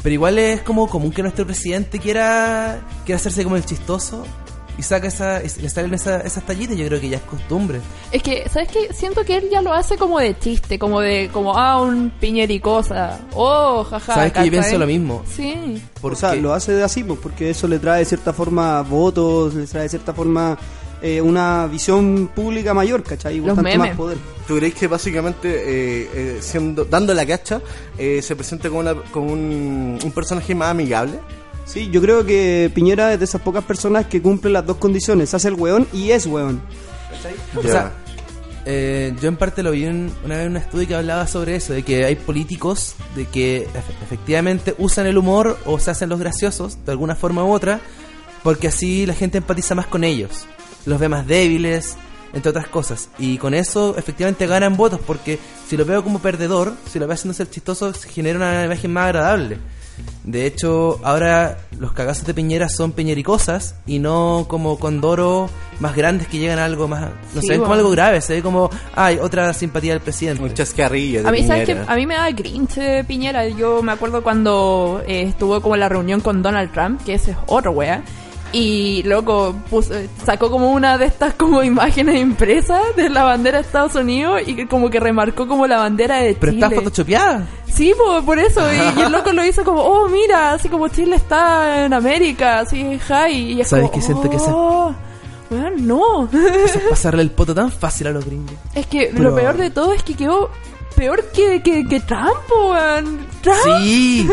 C: Pero igual es como común que nuestro presidente quiera, quiera hacerse como el chistoso y saca esa, es- le salen esa- esas tallitas. Yo creo que ya es costumbre.
B: Es que, ¿sabes qué? Siento que él ya lo hace como de chiste, como de, como, ah, un piñericosa. Oh, jaja.
C: Sabes que yo
B: ¿cachai?
C: pienso lo mismo.
B: Sí.
C: Porque
D: O sea, lo hace de así, pues, porque eso le trae de cierta forma votos, le trae de cierta forma eh, una visión pública mayor, ¿cachai? Y
B: Los
D: bastante
B: memes.
D: más poder.
A: ¿Tú crees que básicamente eh, eh, siendo, dando la cacha eh, se presenta como, una, como un, un personaje más amigable?
D: Sí, yo creo que Piñera es de esas pocas personas que cumple las dos condiciones, hace el weón y es weón.
C: O sea, eh, yo en parte lo vi en, una vez en un estudio que hablaba sobre eso, de que hay políticos de que ef- efectivamente usan el humor o se hacen los graciosos de alguna forma u otra, porque así la gente empatiza más con ellos, los ve más débiles, entre otras cosas. Y con eso efectivamente ganan votos, porque si lo veo como perdedor, si lo veo haciendo ser chistoso, se genera una imagen más agradable. De hecho, ahora los cagazos de Piñera son piñericosas y no como condoros más grandes que llegan a algo más... No
B: Sí,
C: se ven como
B: bueno.
C: algo grave, se ve como, ay, otra simpatía del presidente.
A: Un chascarrillo. de
B: A mí, ¿sabes qué?
A: Piñera.
B: A mí me da cringe eh, Piñera. Yo me acuerdo cuando eh, estuvo como en la reunión con Donald Trump, que ese es otro wea. Y loco, puso- eh, sacó como una de estas como imágenes impresas de la bandera de Estados Unidos y que como que remarcó como la bandera de
C: Pero
B: Chile.
C: está photoshopeada.
B: Sí, po, por eso. Y, y el loco lo hizo como, oh, mira, así como Chile está en América, así, hi. Y es
C: ¿Sabes
B: como,
C: qué siento que esa-
B: "Oh, weón, no.
C: Pasarle el poto tan fácil a los gringos.
B: es que
C: Pero-
B: lo peor de todo es que quedó peor que, que, que Trump, po, weón. Trump.
C: Sí.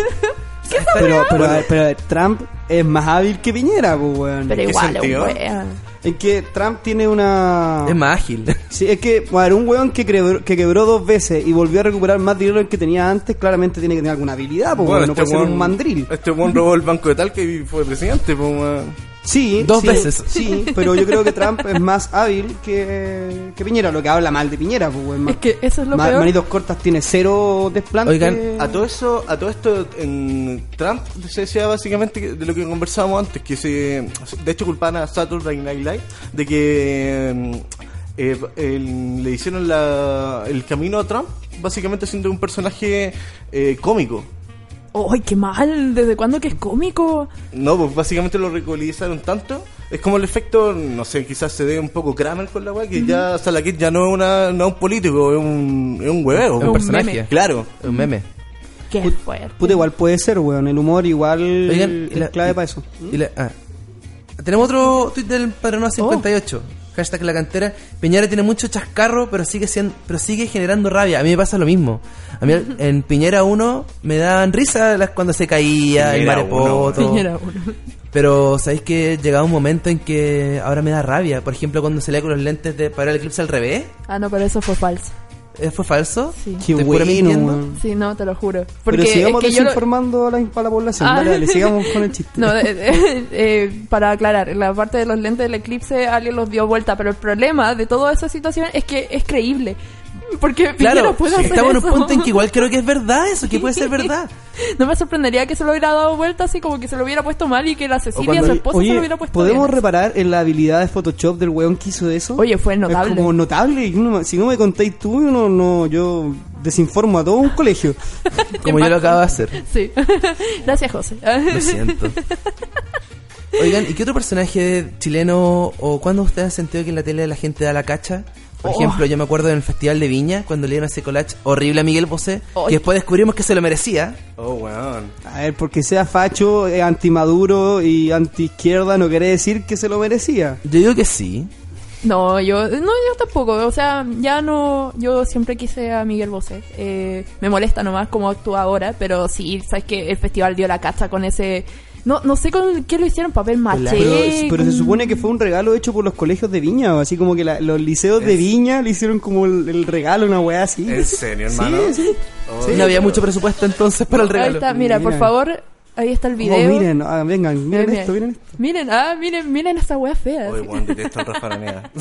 D: Pero, pero, a ver, pero a ver, Trump es más hábil que Piñera, pues, weón.
B: Pero
A: ¿Qué
B: igual, es
A: sentido?
B: un weón.
D: Es que Trump tiene una...
C: Es más ágil.
D: Sí, es que, a ver, un weón que quebró, que quebró dos veces y volvió a recuperar más dinero del que tenía antes, claramente tiene que tener alguna habilidad, pues, weón, no puede ser un
A: este weón-
D: mandril.
A: Este weón robó el banco de tal que fue presidente. po, weón.
D: Sí,
C: Dos
D: sí,
C: veces.
D: Sí, pero yo creo que Trump es más hábil que, que Piñera, lo que habla mal de Piñera, pues, weón.
B: Es que eso es lo
D: Ma-
B: peor.
D: Manitos cortas tiene cero desplante.
C: Oigan,
A: A todo eso, a todo esto, en Trump se decía básicamente que- de lo que conversábamos antes, que se, de hecho culpaban a Saturday Night Live de que eh, eh, el- le hicieron la- el camino a Trump básicamente siendo un personaje eh, cómico.
B: ¡Ay, qué mal! ¿Desde cuándo que es cómico?
A: No, pues básicamente lo ridiculizaron tanto. Es como el efecto, no sé, quizás se dé un poco Kramer con la weá, que ya Salakit ya no es una, no es un político, es un, es un hueveo.
C: Es un
B: un
C: personaje.
B: meme.
A: Claro.
C: Es Un meme.
B: ¡Qué
D: Put-
B: fuerte!
D: Puta, igual puede ser, weón. El humor igual
C: Oigan,
D: es clave para eso.
C: y la- ah. Tenemos otro tweet del
B: Oh.
C: Padrón 58. Hashtag la cantera. Piñera tiene mucho chascarro, pero sigue siendo, pero sigue generando rabia. A mí me pasa lo mismo. A mí en Piñera 1 me daban risa las cuando se caía, el
A: Piñera
C: marepoto.
B: Piñera uno.
C: Pero sabéis que llegaba un momento en que ahora me da rabia. Por ejemplo, cuando se leía con los lentes de para el eclipse al revés.
B: Ah, no, pero eso fue falso.
C: ¿Eh, ¿Fue falso?
B: Sí.
D: Qué
C: ¿Te pura
D: bueno,
C: mintiendo?
D: weón.
B: Sí, no, te lo juro. Porque
D: Pero sigamos
B: es que yo lo-
D: desinformando a, la, a la población.
B: Ah.
D: Dale, dale, sigamos con el chiste.
B: No, eh, eh, eh, para aclarar, la parte de los lentes del eclipse alguien los dio vuelta, pero el problema de toda esa situación es que es creíble. Porque
C: Claro,
B: Piñera puede hacer
C: estamos en un
B: eso.
C: punto en que igual creo que es verdad eso, que puede ser verdad.
B: No me sorprendería que se lo hubiera dado vuelta así como que se lo hubiera puesto mal y que la asesina y a su esposa se lo hubiera puesto
D: podemos
B: bien.
D: reparar en la habilidad de Photoshop del weón que hizo eso.
B: Oye, fue
D: Es
B: notable.
D: como notable. y uno- si no me contáis tú, uno, no, yo desinformo a todo un colegio.
C: Como yo lo acabo de hacer.
B: Sí. Gracias, José.
C: Lo siento. Oigan, ¿y qué otro personaje chileno o cuándo ustedes han sentido que en la tele la gente da la cacha? Por
B: Oh.
C: ejemplo, yo me acuerdo en el Festival de Viña, cuando le dieron ese collage horrible a Miguel Bosé,
B: Ay.
C: que después descubrimos que se lo merecía.
A: Oh, weón.
D: A ver, porque sea facho, eh, antimaduro y antiizquierda no quiere decir que se lo merecía.
C: Yo digo que sí.
B: No, yo no yo tampoco, o sea, ya no yo siempre quise a Miguel Bosé. Eh, me molesta nomás cómo actúa ahora, pero sí, sabes que el festival dio la cacha con ese no no sé con qué lo hicieron papel maché.
D: Pero, pero se
B: con-
D: supone que fue un regalo hecho por los colegios de Viña, o así como que la- los liceos de Viña le hicieron como el, el regalo, una weá así.
A: ¿En serio,
D: Sí,
A: hermano?
D: sí.
C: no había mucho presupuesto entonces para el
B: Ahí
C: regalo.
B: está, mira, por
D: Mira.
B: favor, ahí está el
D: Como,
B: video.
D: miren, ah, vengan, miren
B: Miren.
D: esto, miren esto.
B: Miren, ah, miren, miren esta wea fea.
A: Oye, weón, detesto al Rafa Araneda.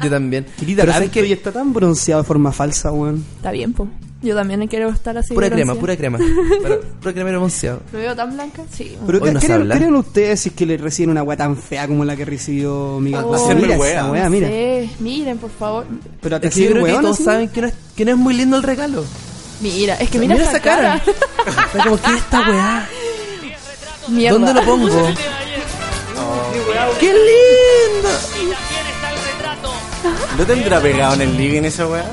C: Yo también.
D: Querida,
C: Pero ¿sabes
D: tanto,
C: qué?
D: y está tan bronceado de forma falsa, weón.
B: Está bien, po. Yo también quiero estar así.
C: Pura crema,
B: bronceada.
C: pura crema. Para- pura crema y bronceado.
B: ¿Me veo tan blanca? Sí.
D: Pero
C: Hoy
D: ¿qué-
C: no se
D: ¿creen,
C: habla.
D: creen ustedes si es que le reciben una weá tan fea como la que recibió Miguel
B: Oh,
D: Bosé?
A: Hacerme
D: Mira
A: weá.
D: esa
B: No
D: weá, Ah, mira.
B: sé, miren, por favor.
D: Pero te
C: Es que yo creo que
D: weón,
C: todos
D: así.
C: saben que no, es, que no es muy lindo el regalo.
B: Mira, es que mira, esa cara.
C: Está como, ¿qué es esta weá?
B: Mierda.
C: ¿Dónde lo pongo? ¡Qué lindo!
A: ¿No tendrá pegado en el living esa weá?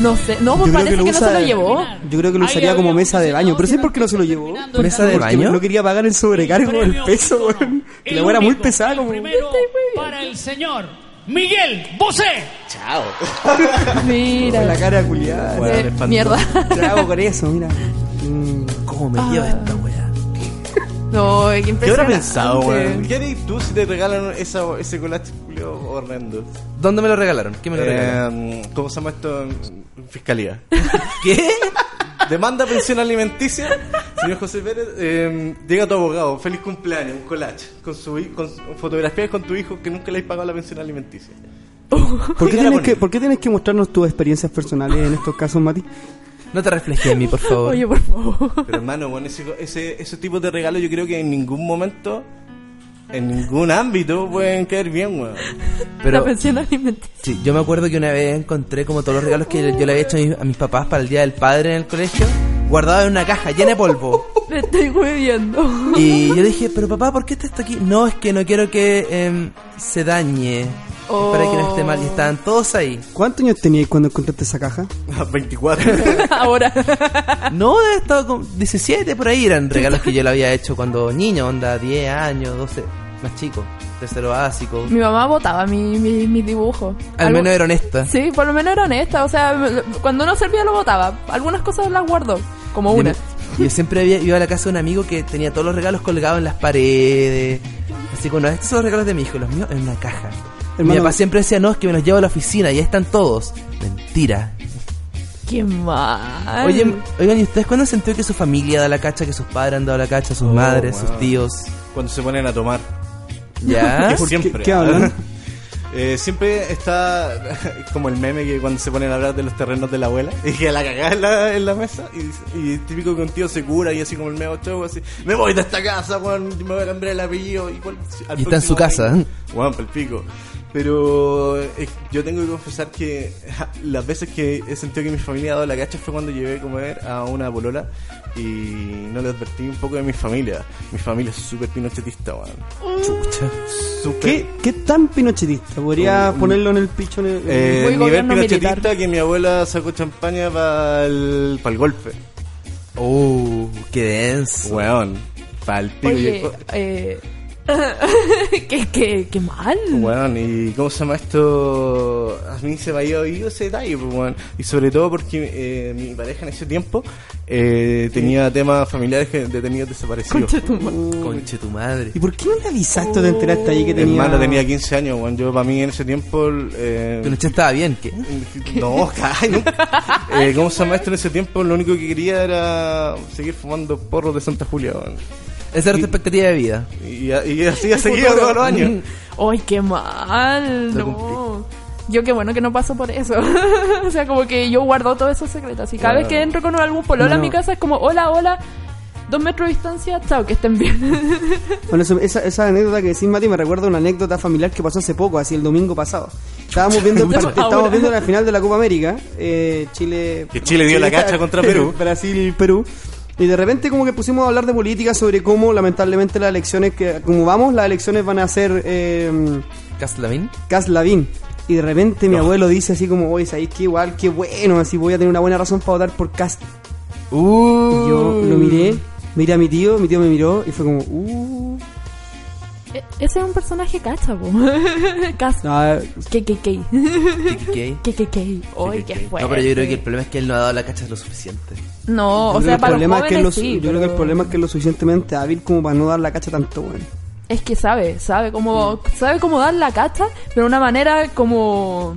B: No sé. No, pues
D: Yo creo
B: parece que,
D: lo
B: no se
D: usa-
B: lo llevó.
D: Yo creo que lo usaría como mesa de baño. Pero ¿sabes por qué no se lo llevó?
C: ¿Mesa de
D: Porque
C: baño?
D: No quería pagar el sobrecargo del peso, weón. Que La weá era muy pesada como...
F: Primero para el señor Miguel Bosé.
D: La
B: Mira.
D: cara culiada.
A: Weá,
B: Eh,
A: le espantó.
B: mierda.
D: ¿Qué hago con eso? Mira. Mm.
C: ¿Cómo me lleva esta weá?
B: No, qué impresionante.
A: ¿Qué habrá pensado, weón? ¿Qué harías tú si te regalan esa, ese colache culio horrendo?
C: ¿Dónde me lo regalaron? ¿Qué me lo regalaron?
A: Eh, ¿Cómo se llama esto? en Fiscalía.
C: ¿Qué?
A: Demanda pensión alimenticia. Señor José Pérez, eh, llega tu abogado. Feliz cumpleaños, un collage. Con su, hi- con su- fotografías con tu hijo que nunca le has pagado la pensión alimenticia.
D: ¿Por
A: Dígala
D: qué, tienes
A: con
D: que,
A: él.
D: ¿Por qué tienes que mostrarnos tus experiencias personales en estos casos, Mati?
C: No te reflejes en mí, por favor.
B: Oye, por favor.
A: Pero hermano, bueno, ese, ese, ese tipo de regalo yo creo que en ningún momento, en ningún ámbito pueden caer bien, weón.
C: Pero
B: La pensión alimenticia.
C: sí, yo me acuerdo que una vez encontré como todos los regalos que yo le había hecho a, mis- a mis papás para el Día del Padre en el colegio, guardados en una caja llena de polvo.
B: Me estoy hueviendo.
C: Y yo le dije, pero papá, ¿por qué está esto aquí? No, es que no quiero que em, se dañe. Es Para que no esté mal. Y estaban todos ahí.
D: ¿Cuántos años teníais cuando encontraste esa caja?
A: 24.
B: Ahora.
C: No, he estado con 17 por ahí. Eran regalos que yo le había hecho cuando niño, onda 10 años, 12, más chico. Tercero básico.
B: Mi mamá votaba mi, mi, mis dibujos.
C: Al
B: Algo-
C: menos era honesta.
B: Sí, por lo menos era honesta. O sea, me- cuando no servía lo votaba. Algunas cosas las guardo. Como una.
C: Yo, yo siempre había, iba a la casa de un amigo que tenía todos los regalos colgados en las paredes. Así que bueno, estos son los regalos de mi hijo, los míos en una caja. Mi
D: Hermano-
C: papá siempre decía, no, es que me los llevo a la oficina y ahí están todos. Mentira.
B: Qué mal.
C: Oye, oigan, ¿y ustedes cuándo han sentido que su familia da la cacha, que sus padres han dado la cacha, sus
A: Oh,
C: madres,
A: wow.
C: sus tíos?
A: Cuando se ponen a tomar.
C: ¿Ya?
A: Que ¿Ah? siempre.
D: ¿Qué- qué hablan?
A: Eh, siempre está como el meme que cuando se ponen a hablar de los terrenos de la abuela y que la cagada en la, en la mesa y, y típico que un tío se cura y así como el medio chavo así me voy de esta casa weón me voy a cambiar el apellido y, cuál- al
C: Y está en su
A: próximo
C: casa,
A: año".
C: ¿eh?
A: Weón, pa'l pico. Pero eh, yo tengo que confesar que ja, las veces que he sentido que mi familia ha dado la cacha fue cuando llevé a comer a una polola y no le advertí un poco de mi familia. Mi familia es súper pinochetista, weón.
C: Chucha.
A: Súper-
D: ¿Qué, ¿Qué tan pinochetista? ¿Podría ponerlo en el picho? En el-
A: Eh,
B: Muy
A: nivel
B: gobierno
A: pinochetista
B: militar.
A: que mi abuela sacó champaña para el, golpe.
C: Oh, qué denso.
A: Weón. Para el pico.
B: Oye,
A: Yo-
B: eh, qué, qué, qué mal.
A: Weón, y cómo se llama esto. A mí se me había oído ese detalle, pues, weón. Y sobre todo porque eh, mi pareja en ese tiempo eh, tenía temas familiares que- detenidos desaparecidos.
B: Concha tu madre.
C: Conche tu madre.
D: ¿Y por qué no le avisaste o te enteraste ahí que
A: Mi
D: tenía...
A: hermano tenía 15 años, weón. Yo, para mí, en ese tiempo. eh,
C: Pero ya estaba bien, ¿qué?
A: No, caray, nunca. Eh, ¿Cómo se llama esto en ese tiempo? Lo único que quería era seguir fumando porros de Santa Julia, weón.
C: Esa era tu expectativa de vida.
A: Y, y así ha seguido todos los años.
B: Ay, qué mal.
C: Lo
B: No. Yo qué bueno que no paso por eso. o sea, como que yo guardo todos esos secretos. Y cada vez que entro con algún polola a mi casa es como, hola, hola, dos metros de distancia, chao, que estén bien.
D: Bueno, eso- esa, esa anécdota que decís, Mati, me recuerda una anécdota familiar que pasó hace poco, así el domingo pasado. Estábamos viendo, el part-
B: Ahora.
D: estábamos viendo la final de la Copa América. eh, Chile.
A: Que Chile dio la cacha contra Perú.
D: Brasil, Perú. Y de repente, como que pusimos a hablar de política sobre cómo, lamentablemente, las elecciones, que, como vamos, las elecciones van a ser. Eh,
C: Caslavín.
D: Cas Lavín. Y de repente mi abuelo dice así como, oye, ¿sabéis qué igual? Qué bueno, así voy a tener una buena razón para votar por Cas. Y yo
B: Mm.
D: lo miré, miré a mi tío, mi tío me miró y fue como, uh.
B: E- ese es un personaje cacha, po. Cacha.
D: Ah,
B: Que, que, que.
C: ¿Qué?
B: Que, que, que. Ay, qué fuerte.
C: No, pero yo creo que el problema es que él no ha dado la cacha lo suficiente.
B: No,
D: yo
B: o
D: creo que
B: sea,
D: el
B: para los
D: problema es
B: jóvenes
D: que es lo,
B: sí,
D: Yo creo que
B: pero-
D: el problema es que es lo suficientemente hábil como para no dar la cacha tanto, bueno.
B: Es que sabe, sabe cómo, sabe cómo dar la cacha, pero de una manera como.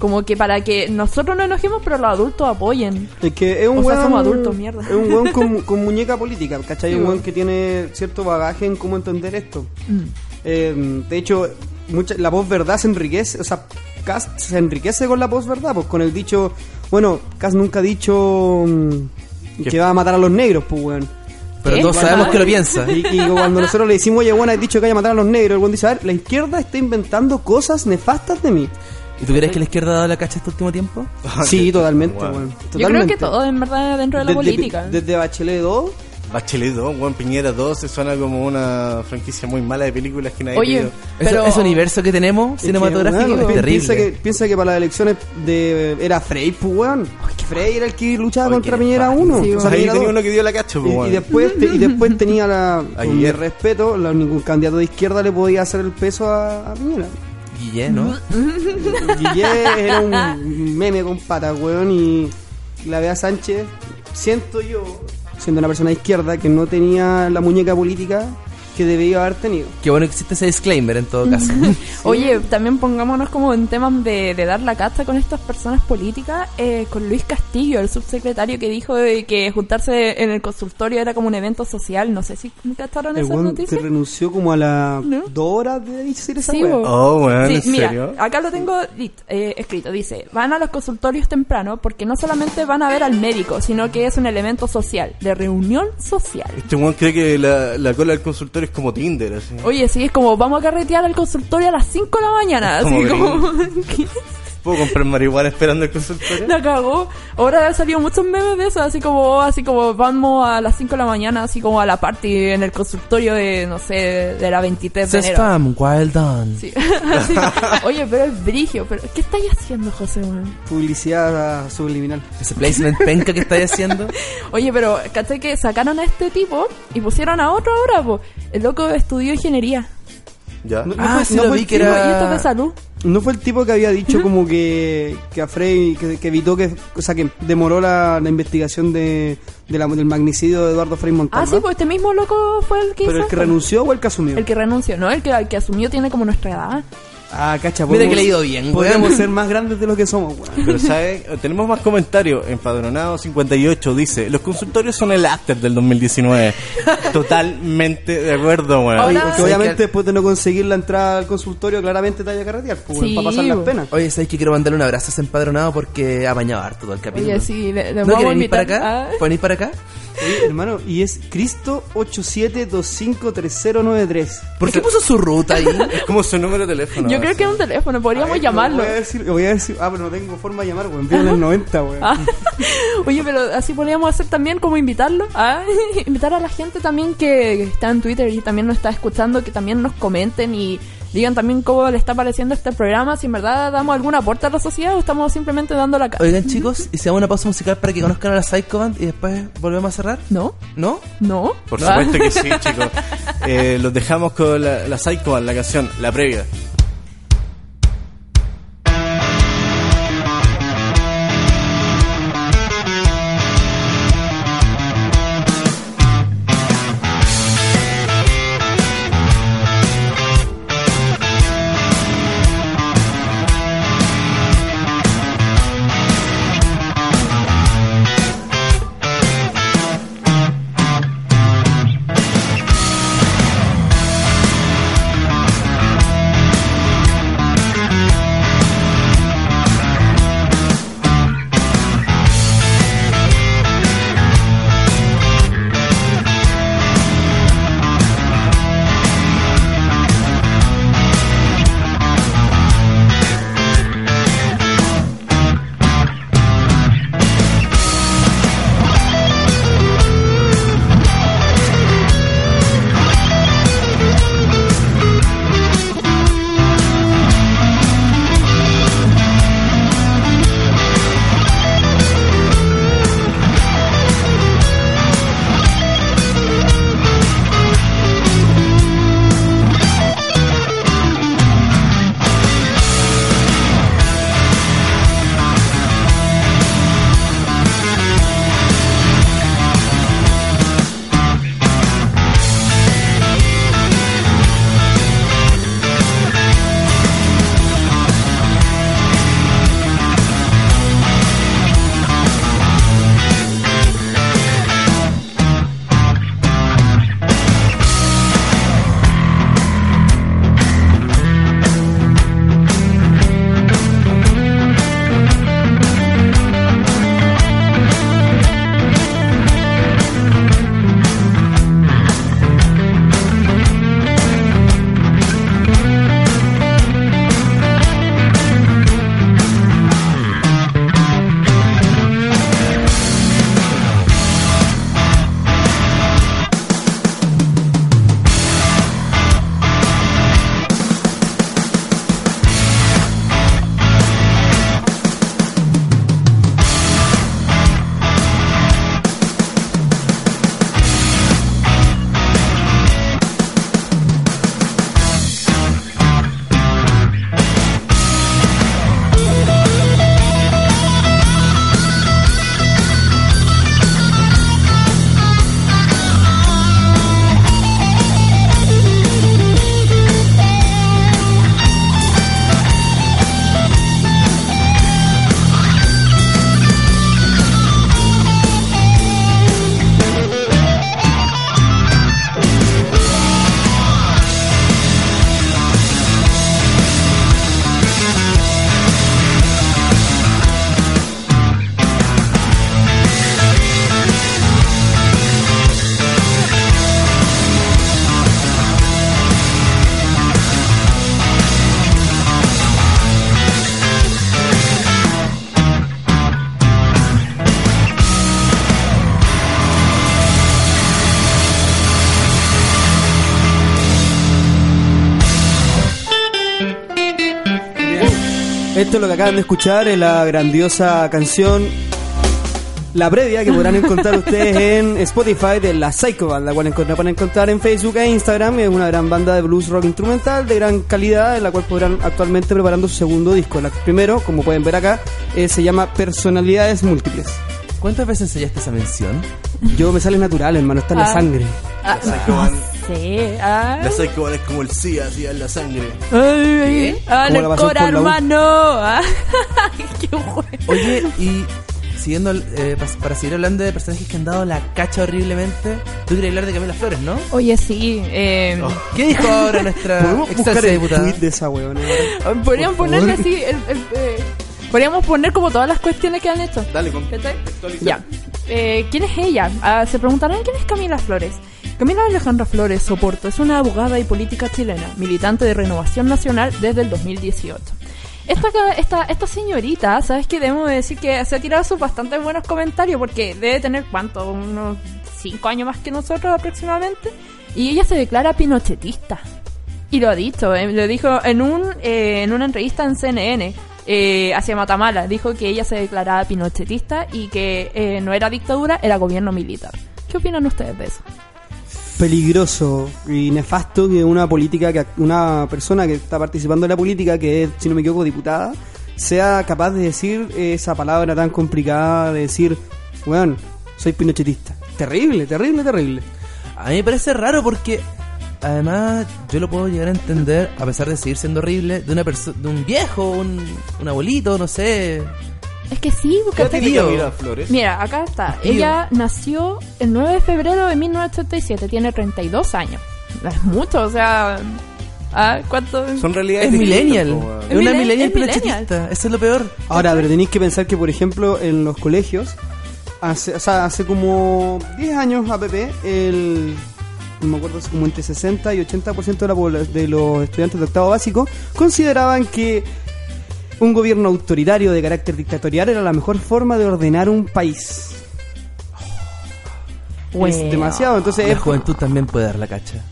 B: Como que para que nosotros nos enojemos, pero los adultos apoyen.
D: Es que es un
B: O sea,
D: weón-
B: somos adultos, mierda.
D: Es un weón con, con muñeca política, ¿cachai?
B: Sí,
D: un weón
B: weón.
D: que tiene cierto bagaje en cómo entender esto.
B: Mm.
D: Eh, de hecho, mucha- la posverdad se enriquece, o sea, Cast se enriquece con la posverdad, pues con el dicho, Bueno, Cass nunca ha dicho mm,
A: ¿Qué?
D: que va a matar a los negros, pues, weón.
C: Pero
G: ¿Qué?
C: todos sabemos que lo piensa.
D: Y, y cuando nosotros le decimos, oye, bueno, has dicho que vaya a matar a los negros, el weón dice, a ver, la izquierda está inventando cosas nefastas de mí.
C: ¿Y tú crees que la izquierda ha dado la cacha este último tiempo?
D: Sí, totalmente,
A: Wow.
D: weón.
G: Yo creo
D: Totalmente.
G: que todo, en verdad, dentro de la
D: Desde-
G: política.
D: Desde Bachelet 2,
A: Bachelet 2, Juan Piñera 2, se suena como una franquicia muy mala de películas que nadie
G: Oye,
A: vio.
G: Pero-
C: Eso, ese universo que tenemos
D: Es que,
C: cinematográfico
D: weón,
C: es
D: pi- Piensa
C: terrible.
D: que, piensa que para las elecciones de, era Frey, pues, weón. Frey era el que luchaba
C: Ay,
D: contra
C: qué
D: Piñera
C: nefasto.
D: 1.
G: Sí,
D: o
A: O
D: sea,
A: sea, ahí
D: Piñera
A: tenía
D: 2.
A: uno que dio la cacho,
D: Y,
A: pues,
D: y
A: weón.
D: después, te- y después tenía la. Con mi
A: Ayer.
D: respeto, la- ningún candidato de izquierda le podía hacer el peso a, a Piñera.
C: Guillén, ¿no?
D: Guille era un meme con patas, weón. Y la Bea Sánchez, siento yo, siendo una persona de izquierda, que no tenía la muñeca política que debía haber tenido.
C: Qué bueno que existe ese disclaimer en todo caso.
G: Oye, también pongámonos como en temas de, de dar la casta con estas personas políticas, eh, con Luis Castillo, el subsecretario que dijo de que juntarse en el consultorio era como un evento social. No sé si captaron
D: El
G: esas
D: weón se
G: noticias.
D: renunció como a las
G: ¿No?
D: dos horas de decir esa
G: Sí,
D: weá.
G: bo.
A: Oh, weón,
G: Sí,
A: ¿en
G: mira,
A: serio?
G: acá lo tengo dit- eh, escrito. Dice, van a los consultorios temprano porque no solamente van a ver al médico, sino que es un elemento social, de reunión social.
A: Este weón cree que la, la cola del consultorio es como Tinder, así.
G: Oye, sí, es como, vamos a carretear al consultorio a las 5 de la mañana.
A: Es
G: Así
A: como
G: como, ¿qué?
A: ¿Puedo comprar marihuana esperando el consultorio?
G: La cagó. Ahora han salido muchos memes de eso, así como, así como, vamos a las 5 de la mañana, así como a la party en el consultorio de, no sé, de la 23 de
C: Se
G: enero.
C: spam, well done.
G: Sí. Así como, Oye, pero el brigio, pero ¿qué estáis haciendo, José? weón?
D: Publicidad ah, subliminal.
C: Ese placement penca que estáis haciendo.
G: Oye, pero ¿cachai que sacaron a este tipo y pusieron a otro ahora? po? El loco estudió ingeniería.
A: Ya.
D: No, no
C: Ah,
D: fue-
C: sí
D: no
C: lo
D: fue
C: vi
D: el
C: que
G: Sí,
C: era-
G: po, Y esto es de salud.
D: ¿No fue el tipo que había dicho como que, que a Frey, que, que evitó que, o sea, que demoró la, la investigación de, de la- del magnicidio de Eduardo Frei Montalva?
G: Ah, sí, pues este mismo loco fue el que
D: ¿Pero
G: hizo
D: el que
G: esto.
D: renunció o el que asumió?
G: El que renunció, ¿no? El que, el que asumió tiene como nuestra edad.
D: Ah, cacha,
C: Mira que
D: podemos-
C: le ha ido bien,
D: Podríamos
C: weón.
D: ser más grandes de lo que somos,
G: Ah,
D: weón.
A: Pero ¿sabes? Tenemos más comentarios. Empadronado 58 dice, los consultorios son el after del 2019. Totalmente de acuerdo, weón.
G: Ahora-
D: Porque
C: sí,
D: obviamente
C: que-
D: después de no conseguir la entrada al consultorio, claramente te vaya a carretear, pues, weón,
G: Sí,
D: para pasar las
G: weón.
D: penas.
C: Oye, sabéis que quiero mandarle un abrazo a ese empadronado porque ha bañado harto todo el capítulo.
G: Oye, sí, le, le
C: ¿No
G: vamos a
C: quieren ir para
G: invitar
C: acá?
G: a-
C: ¿Pueden ir para acá?
D: Oye, hermano, y es Cristo 87253093.
C: ¿Por qué puso su ruta ahí?
A: Es como su número de teléfono.
G: Yo creo que es un teléfono, podríamos
D: Ay,
G: llamarlo.
D: Voy a, decir, voy a decir, ah, pero no tengo forma de llamar, weón. Vivo en el 90, weón.
G: Ah, Oye, pero así podríamos hacer también como invitarlo. a Invitar a la gente también que está en Twitter y también nos está escuchando, que también nos comenten y digan también cómo le está pareciendo este programa, si en verdad damos algún aporte a la sociedad o estamos simplemente dando la cara.
C: Oigan, chicos, y hicimos una pausa musical para que conozcan a la Psycho Band y después volvemos a cerrar.
G: ¿No?
C: ¿No?
G: ¿No?
A: Por
G: Ah.
A: supuesto que sí, chicos. Eh, los dejamos con la, la Psycho, la canción, la previa.
H: Thank
D: Esto es lo que acaban de escuchar, es la grandiosa canción La Previa que podrán encontrar ustedes en Spotify de La Psycho Band, la cual encont- pueden encontrar en Facebook e Instagram. Es una gran banda de blues rock instrumental de gran calidad, en la cual podrán actualmente preparando su segundo disco. El primero, como pueden ver acá, eh, se llama Personalidades Múltiples.
C: ¿Cuántas veces enseñaste esa mención?
D: Yo me sale natural, hermano, está en la
B: Ah.
D: sangre.
B: Ah, no sé, ah.
A: La Psycho Band es como el SIDA, así en la sangre.
B: Ay, ah,
D: ¿Cómo
B: en
D: la
B: el
D: pasó
B: Cora,
D: por la U?
B: hermano. Ah, Qué bueno.
C: Oye, y siguiendo, eh, pas- para seguir hablando de personajes que han dado la cacha horriblemente, tú querías hablar de Camila Flores, ¿no?
B: Oye, sí. eh,
C: ¿Qué dijo ahora nuestra
D: Podemos buscar
C: excelsa
D: el tweet
C: diputada?
D: de esa weona.
B: podrían ponerle así. el- el- eh, podríamos poner como todas las cuestiones que han hecho.
A: Dale, con
B: ¿Cachai? Ya. Eh, ¿Quién es ella? Ah, se preguntarán quién es Camila Flores. Camila Alejandra Flores Soporto es una abogada y política chilena, militante de Renovación Nacional desde el 2018. Esta, ca- esta, esta señorita, ¿sabes qué? Debemos de decir que se ha tirado sus bastante buenos comentarios porque debe tener, ¿cuánto? Unos cinco años más que nosotros aproximadamente. Y ella se declara pinochetista. Y lo ha dicho, eh, lo dijo en un eh, en una entrevista en CNN eh, hacia Matamala. Dijo que ella se declaraba pinochetista y que eh, no era dictadura, era gobierno militar. ¿Qué opinan ustedes de eso?
D: peligroso y nefasto que una política que una persona que está participando en la política que es si no me equivoco diputada sea capaz de decir esa palabra tan complicada de decir weón soy pinochetista terrible terrible terrible
C: A mí me parece raro porque, además, yo lo puedo llegar a entender, a pesar de seguir siendo horrible, de una perso- de un viejo, un, un abuelito, no sé.
B: Es que sí,
A: ¿Qué
B: porque
C: te
A: tiene
C: digo?
A: Camila Flores?
B: Mira, acá está.
C: Tío.
B: Ella nació el 9 de febrero de 1987, tiene 32 años. Es mucho, o sea... ¿ah, ¿Cuánto?
A: Son realidades
C: Es
A: distintas,
C: millennial.
A: po, weón.
C: Es una
B: Es
C: millennial
B: millennial.
C: pinochetista. Eso es lo peor.
D: ahora pero tenéis que pensar que por ejemplo en los colegios hace, o sea, hace como 10 años APP el no me acuerdo, es como entre 60 y 80% de, la, pobla- de los estudiantes de octavo básico consideraban que un gobierno autoritario de carácter dictatorial era la mejor forma de ordenar un país.
B: Bueno.
D: Es demasiado, entonces
C: La
D: es
C: juventud también puede dar la cacha.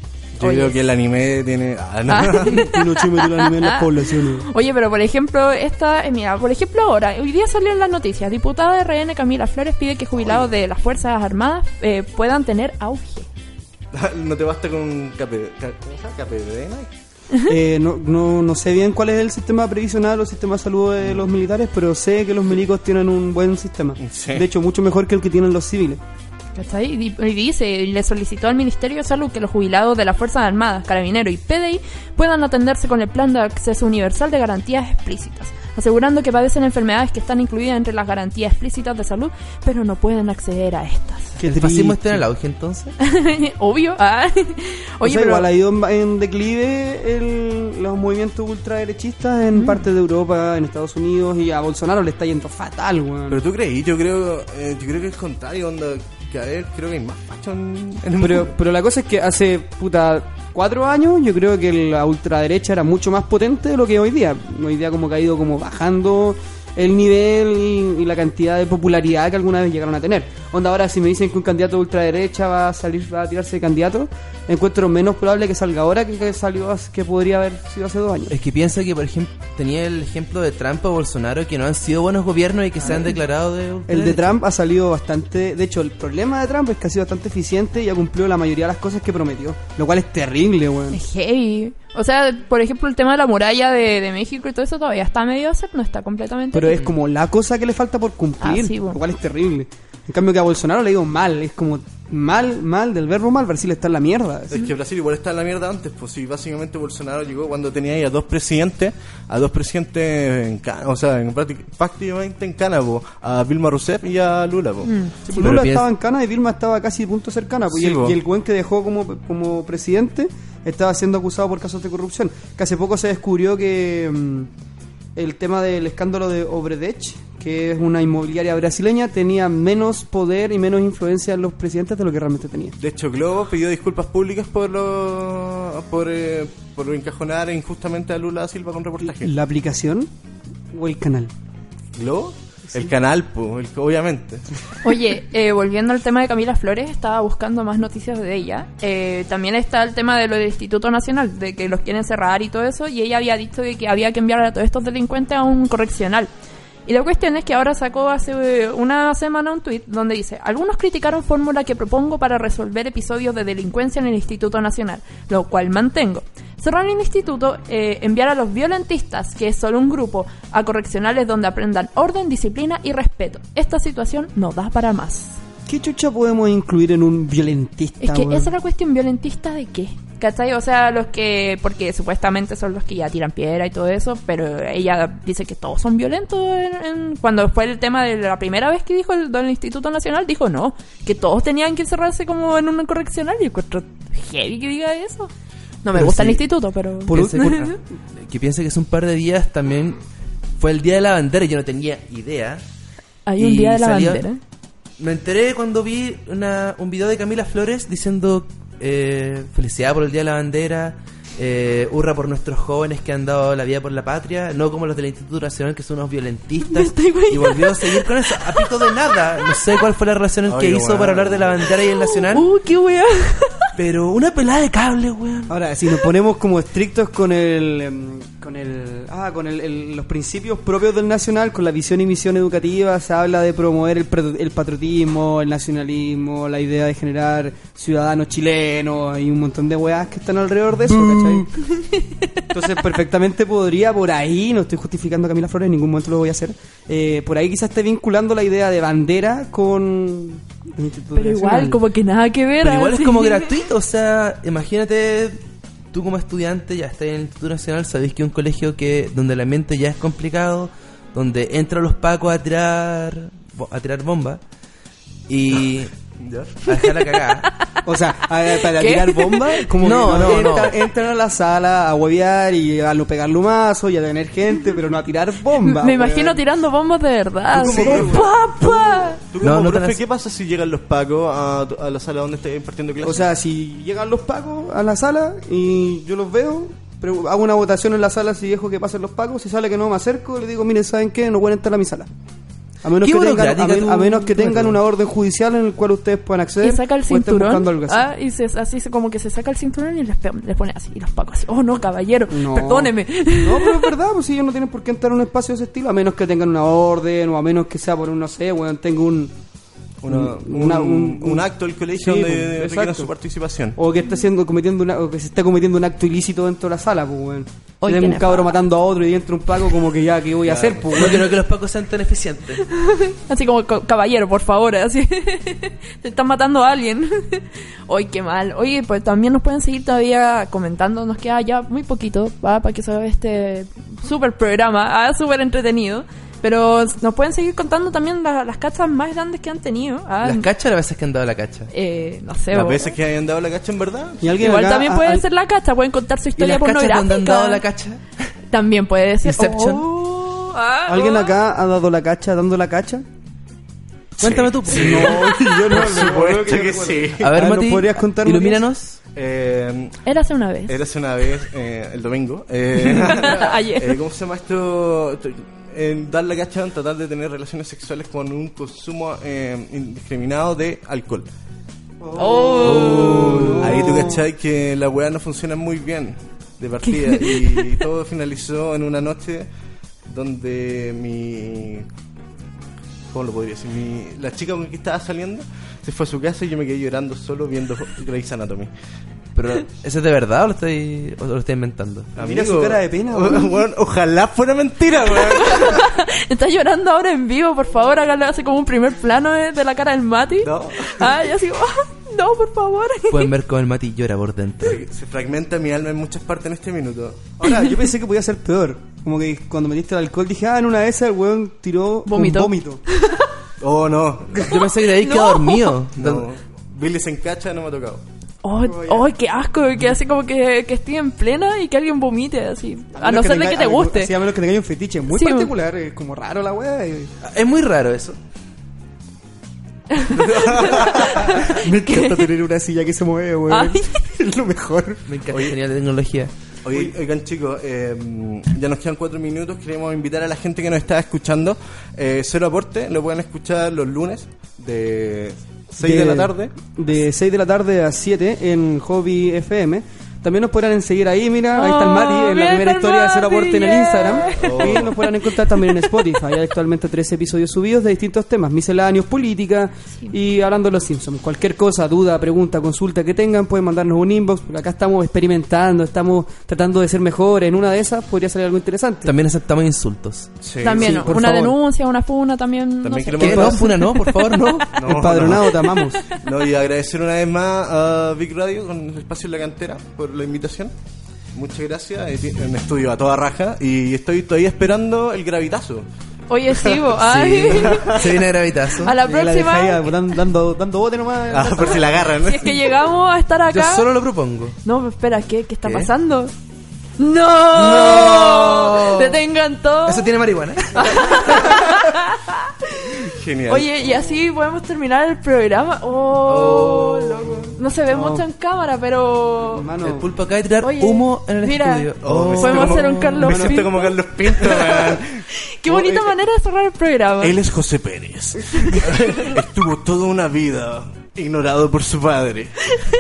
A: Yo
B: Oye.
A: creo que el anime tiene. Ah, no.
B: Ah.
D: Pinochet metió el anime en las poblaciones.
B: Oye, pero por ejemplo, esta, eh, mira, por ejemplo ahora, hoy día salió en las noticias, diputada de RN Camila Flores pide que jubilados de las Fuerzas Armadas eh, puedan tener auge.
A: no te basta con Cape- Ca- ¿cómo se llama? Capedena.
D: Eh, no, no, no sé bien cuál es el sistema previsional o sistema de salud de los militares, pero sé que los milicos tienen un buen sistema.
A: Sí.
D: De hecho, mucho mejor que el que tienen los civiles.
B: ¿Cachai? Y di- y dice, y le solicitó al Ministerio de Salud que los jubilados de las Fuerzas Armadas, Carabineros y PDI puedan atenderse con el Plan de Acceso Universal de Garantías Explícitas, asegurando que padecen enfermedades que están incluidas entre las garantías explícitas de salud, pero no pueden acceder a estas.
D: Qué
C: ¿El fascismo
D: triste.
C: está en el auge entonces?
B: Obvio. ah.
D: O
B: Oye,
D: sea,
B: pero-
D: igual ha ido en, en declive el- los movimientos ultraderechistas en partes de Europa, en Estados Unidos, y a Bolsonaro le está yendo fatal, weón.
A: Pero tú creí, yo creo, eh, yo creo que es contrario, onda. Que a ver, creo que hay más facho en, en el
D: Pero,
A: mundo.
D: pero la cosa es que hace puta cuatro años yo creo que la ultraderecha era mucho más potente de lo que hoy día. Hoy día como que ha ido como bajando el nivel y, y la cantidad de popularidad que alguna vez llegaron a tener. Onda, ahora si me dicen que un candidato de ultraderecha va a salir, va a tirarse de candidato, encuentro menos probable que salga ahora que, que salió hace- que podría haber sido hace dos años.
C: Es que piensa que, por ejemplo, tenía el ejemplo de Trump o Bolsonaro que no han sido buenos gobiernos y que se han declarado de.
D: Ah, El de
C: ultraderecha.
D: Trump ha salido bastante. De hecho, el problema de Trump es que ha sido bastante eficiente y ha cumplido la mayoría de las cosas que prometió. Lo cual es terrible, weón.
B: Es heavy. O sea, por ejemplo, el tema de la muralla de, de México y todo eso todavía está medio hacer, no está completamente.
D: Pero es como la cosa que le falta por cumplir,
B: Mm. Ah, sí, po.
D: lo cual es terrible. En cambio que a Bolsonaro le digo mal, es como mal, mal, del verbo mal, Brasil está en la mierda.
A: Es que Brasil igual está en la mierda antes, pues sí, básicamente Bolsonaro llegó cuando tenía ahí a dos presidentes, a dos presidentes en cana, o sea, en prácti- prácticamente en cana, po, a Vilma Rousseff y a Lula, po.
D: Si Lula
C: piensa-
D: estaba en cana y Vilma estaba casi de punto cercana, pues,
A: Sí,
D: y, el,
A: po.
D: y el buen que dejó como, como presidente estaba siendo acusado por casos de corrupción. Que hace poco se descubrió que mm, el tema del escándalo de Obredech, que es una inmobiliaria brasileña, tenía menos poder y menos influencia en los presidentes de lo que realmente tenía.
A: De hecho, Globo pidió disculpas públicas por lo, por, eh, por encajonar injustamente a Lula da Silva con reportaje.
D: ¿La aplicación o el canal?
A: ¿Globo? El canal, po, el- obviamente.
B: Oye, eh, volviendo al tema de Camila Flores, estaba buscando más noticias de ella. Eh, también está el tema de lo del Instituto Nacional, de que los quieren cerrar y todo eso, y ella había dicho de que había que enviar a todos estos delincuentes a un correccional. Y la cuestión es que ahora sacó hace eh, una semana un tuit donde dice, algunos criticaron fórmula que propongo para resolver episodios de delincuencia en el Instituto Nacional, lo cual mantengo. Cerrar el instituto, eh, enviar a los violentistas, que es solo un grupo, a correccionales donde aprendan orden, disciplina y respeto. Esta situación no da para más.
D: ¿Qué chucha podemos incluir en un violentista?
B: Es que
D: weón?
B: esa es la cuestión, violentista de qué? ¿Cachai? O sea, los que, porque supuestamente son los que ya tiran piedra y todo eso, pero ella dice que todos son violentos. en- en- cuando fue el tema de la primera vez que dijo el, del Instituto Nacional, dijo no, que todos tenían que encerrarse como en un correccional y encuentro heavy que diga eso. No me
C: Pero
B: gusta el
C: sí.
B: instituto, pero...
C: Por último, ah, que piense que hace un par de días también fue el día de la bandera y yo no tenía idea.
B: Hay un
C: Y
B: día de la
C: salió-
B: bandera.
C: Me enteré cuando vi una- un video de Camila Flores diciendo eh, felicidad por el Día de la Bandera, eh, hurra por nuestros jóvenes que han dado la vida por la patria, no como los del Instituto Nacional que son unos violentistas. Y volvió a seguir con eso, a pito de nada. No sé cuál fue la relación en que
A: Oiga,
C: hizo
A: weón.
C: para hablar de la bandera y el nacional,
B: ¡Uh, qué wea!
C: pero una pelada de cable, weón.
D: Ahora, si nos ponemos como estrictos con el, em, con el, ah, con el, el- los principios propios del nacional, con la visión y misión educativa, se habla de promover el, pro- el patriotismo, el nacionalismo, la idea de generar ciudadanos chilenos y un montón de weas que están alrededor de eso, ¿cachai? Entonces, perfectamente podría por ahí, no estoy justificando a Camila Flores, en ningún momento lo voy a hacer, eh, por ahí quizás esté vinculando la idea de bandera con... el Instituto
B: Pero igual,
D: Nacional.
B: como que nada que ver.
C: Pero igual es
B: así.
C: como gratuito, o sea, imagínate tú como estudiante, ya estás en el Instituto Nacional, sabéis que es un colegio que donde el ambiente ya es complicado, donde entran los pacos a tirar bo- a tirar bomba y a dejar la cagada.
D: O sea, a ver, para
B: ¿Qué?
D: tirar bomba, como
C: No,
D: que
C: no,
D: entra-
C: no.
D: entran a la sala a huevear y a lo pegar lumazos y a tener gente, pero no a tirar bomba.
B: Me
D: weón.
B: imagino tirando bombas de verdad.
A: Sí,
B: como,
A: weón.
B: ¡Papá!
A: ¿Tú
C: No,
A: como
C: no te
A: profe,
C: las-
A: qué pasa si llegan los pacos a, tu- a la sala donde estés impartiendo clases?
D: O sea, si llegan los pacos a la sala y yo los veo, pero hago una votación en la sala si dejo que pasen los pacos, si sale que no me acerco, le digo, miren, ¿saben qué? No pueden entrar a mi sala. A menos,
C: Qué
D: que tengan, a,
C: burocrática
D: men-
C: tu-
D: a menos que
C: tu
D: tengan
C: método.
D: una orden judicial en la cual ustedes puedan acceder.
B: Y saca el
D: o estén buscando
B: cinturón.
D: algo así.
B: Ah, y se, así se- como que se saca el cinturón y les, pe- les pone así. Y los pacos así. Oh, no, caballero.
D: No.
B: Perdóneme.
D: No, pero es verdad, pues si ellos no tienen por qué entrar a un espacio de ese estilo, a menos que tengan una orden o a menos que sea por un, no sé, weón, tengo un...
A: Una-
D: un-
A: un,
D: una-
A: un,
D: un-
A: acto del colegio
D: Sí, pues,
A: donde requieran
D: exacto.
A: su participación.
D: O que está haciendo, cometiendo una, o que se está cometiendo un acto ilícito dentro de la sala, pues weón.
B: Oye,
D: Tenemos un
B: qué
D: cabro matando a otro y entra un paco como que ya, ¿qué voy a hacer, pues
C: No
D: weón?
C: creo que los pacos sean tan eficientes.
B: Así como, "Co- caballero, por favor. Así. Te están matando a alguien. Oye, qué mal. Oye, pues también nos pueden seguir todavía comentando. Nos queda ya muy poquito ¿va? para que se vea este super programa. Ah, súper entretenido. Pero nos pueden seguir contando también la- las cachas más grandes que han tenido. Ah,
C: Las cachas, las veces que han dado la cacha.
B: eh, no sé.
A: Las
B: bo-
A: veces que hayan dado la cacha en verdad.
D: Y alguien
B: Igual
D: acá-
B: también
D: a-
B: pueden
D: a-
B: ser la cacha, pueden contar su
C: ¿Y
B: historia
C: las cachas
B: pornográfica.
C: donde han dado la cacha?
B: También puede ser.
C: Inception.
B: Oh, ah,
D: ¿Alguien
B: oh.
D: acá ha dado la cacha, dando la cacha?
C: Cuéntame tú. po.
A: yo no, por supuesto que sí.
C: A ver,
D: Ah, ¿nos
C: Mati,
D: podrías contar, Mati?
C: ilumínanos.
A: Eh,
B: oh, Érase una vez.
A: Era hace una vez, eh, el domingo. eh,
B: Ayer.
A: eh, ¿Cómo se llama esto? Esto- En dar la cacha en tratar de tener relaciones sexuales con un consumo eh, indiscriminado de alcohol.
B: Oh.
A: Ahí tú cachai que la weá no funciona muy bien de partida. y, todo finalizó en una noche donde mi. ¿Cómo lo podría decir? Mi- la chica con la que estaba saliendo se fue a su casa y yo me quedé llorando solo viendo Grey's Anatomy.
C: Pero, ¿eso es de verdad o lo estoy, o lo estoy inventando?
D: Mira su cara de pena,
A: weón. ojalá fuera mentira, weón.
B: Está llorando ahora en vivo, por favor, hágale así como un primer plano eh, de la cara del Mati.
A: No.
B: Ah, y así, oh, no, por favor.
C: Pueden ver cómo el Mati llora por dentro.
A: Se fragmenta mi alma en muchas partes en este minuto.
D: Ahora, yo pensé que podía ser peor. Como que cuando metiste el alcohol dije, ah, en una de esas el weón tiró
B: Vomitó.
D: un vómito.
A: Oh, no.
C: Yo pensé que te habías quedado dormido.
A: no. Billy se encacha, no me ha tocado.
B: Oh, oh, qué asco, que así como que, que esté en plena y que alguien vomite, así. A no
D: menos
B: ser de que
D: tenga-
B: te
D: a-
B: guste.
D: Sí, a menos que tengáis un fetiche muy
B: Sí,
D: particular, es como raro la weá. eh.
C: Es muy raro eso.
D: Me encanta tener una silla que se mueve, weón.
B: Ay.
D: Es lo mejor.
C: Me encanta. Genial la tecnología.
A: Oye, oigan chicos, eh, ya nos quedan cuatro minutos. Queremos invitar a la gente que nos está escuchando. Eh, Cero Aporte lo pueden escuchar los lunes de 6 de, la tarde.
D: De 6 de la tarde a 7 en Hobby FM. También nos podrán seguir ahí, mira, ahí está el
B: Oh,
D: Mati en la
B: mira, está
D: primera
B: el
D: historia de Cero
B: Mati,
D: Aporte en el
B: yeah.
D: Instagram.
A: Oh.
D: Y nos podrán encontrar también en Spotify. Hay actualmente tres episodios subidos de distintos temas, misceláneos, política y hablando de los Simpsons. Cualquier cosa, duda, pregunta, consulta que tengan, pueden mandarnos un inbox, porque acá estamos experimentando, estamos tratando de ser mejores. En una de esas podría salir algo interesante.
C: También aceptamos insultos.
A: Sí.
B: También
D: sí,
B: ¿no?
D: por
B: una
D: favor.
B: denuncia, una funa también. no
A: También
B: sé.
A: queremos-
C: ¿Qué? No, Funa, no, por favor, no.
A: No,
D: Empadronado, te amamos.
A: No, y agradecer una vez más a Big Radio con el espacio en la cantera por la invitación. Muchas gracias. Eh, En estudio a toda raja. Y estoy todavía esperando el gravitazo.
B: Oye, sí, bo, ay.
C: Se viene gravitazo.
B: A la
D: Ya la dejé ahí,
B: próxima,
D: dando, dando, dando bote nomás.
A: Ah, por si la agarran.
B: si es que llegamos a estar
C: Yo
B: acá.
C: solo lo propongo.
B: No, pero espera, ¿qué, ¿Qué está
C: ¿Qué?
B: pasando? ¡No!
C: ¡No!
B: Detengan todo.
C: Eso tiene marihuana.
A: Genial.
B: Oye, y así podemos terminar el programa. Oh, loco. No se ve mucho en cámara, pero.
C: El
D: Hermano,
C: pulpo acaba de tirar
B: Oye,
C: humo en el
B: mira.
C: estudio.
A: Oh, me siento
B: Podemos
A: como-
B: hacer un Carlos
A: Me siento
B: Pinto.
A: como Carlos Pinto, man.
B: Qué bonita
A: Oh, eh,
B: manera de cerrar el programa.
A: Él es José Pérez. Estuvo toda una vida ignorado por su padre.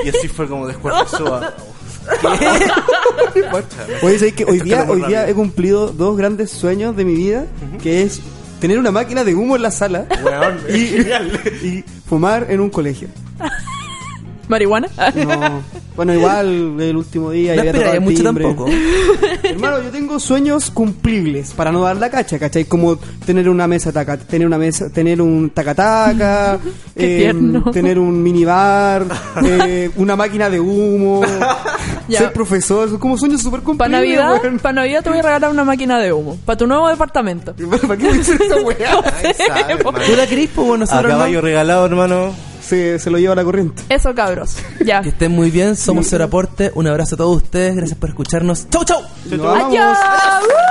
A: Y así fue como descuartizó a. ¿Qué? Guáchame.
D: Oye, ¿sabes qué? Hoy
A: Esto
D: día,
A: está muy
D: hoy día
A: rápido.
D: he cumplido dos grandes sueños de mi vida, que es tener una máquina de humo en la sala
A: Weón, es genial.
D: y, y fumar en un colegio.
B: ¿Marihuana? ah,
D: No. Bueno, igual el último día
C: No
D: ya había tocado
C: esperaré
D: el
C: mucho
D: timbre.
C: tampoco.
D: Hermano, yo tengo sueños cumplibles para no dar la cacha, ¿cachai? Como tener una mesa taca, tener una mesa, tener un tacataca, em,
B: Qué tierno.
D: tener un minibar, eh, una máquina de humo,
B: Ya.
D: ser profesor, son como sueños súper
B: Para
D: cumplibles.
B: Navidad,
D: weón.
B: para Navidad te voy a regalar una máquina de humo. Para tu nuevo departamento.
D: ¿Para qué voy a hacer esta weá?
C: ¿Tú la querís, pues bueno,
A: A
C: nosotros no?
A: caballo regalado, hermano.
D: se, se lo lleva la corriente.
B: Eso, cabros. Ya.
C: Que estén
G: 哎
C: muy bien, somos Cero Aporte. Un abrazo a todos ustedes, gracias por escucharnos. ¡Chau, chau!
D: Nos amamos.
B: ¡Adiós!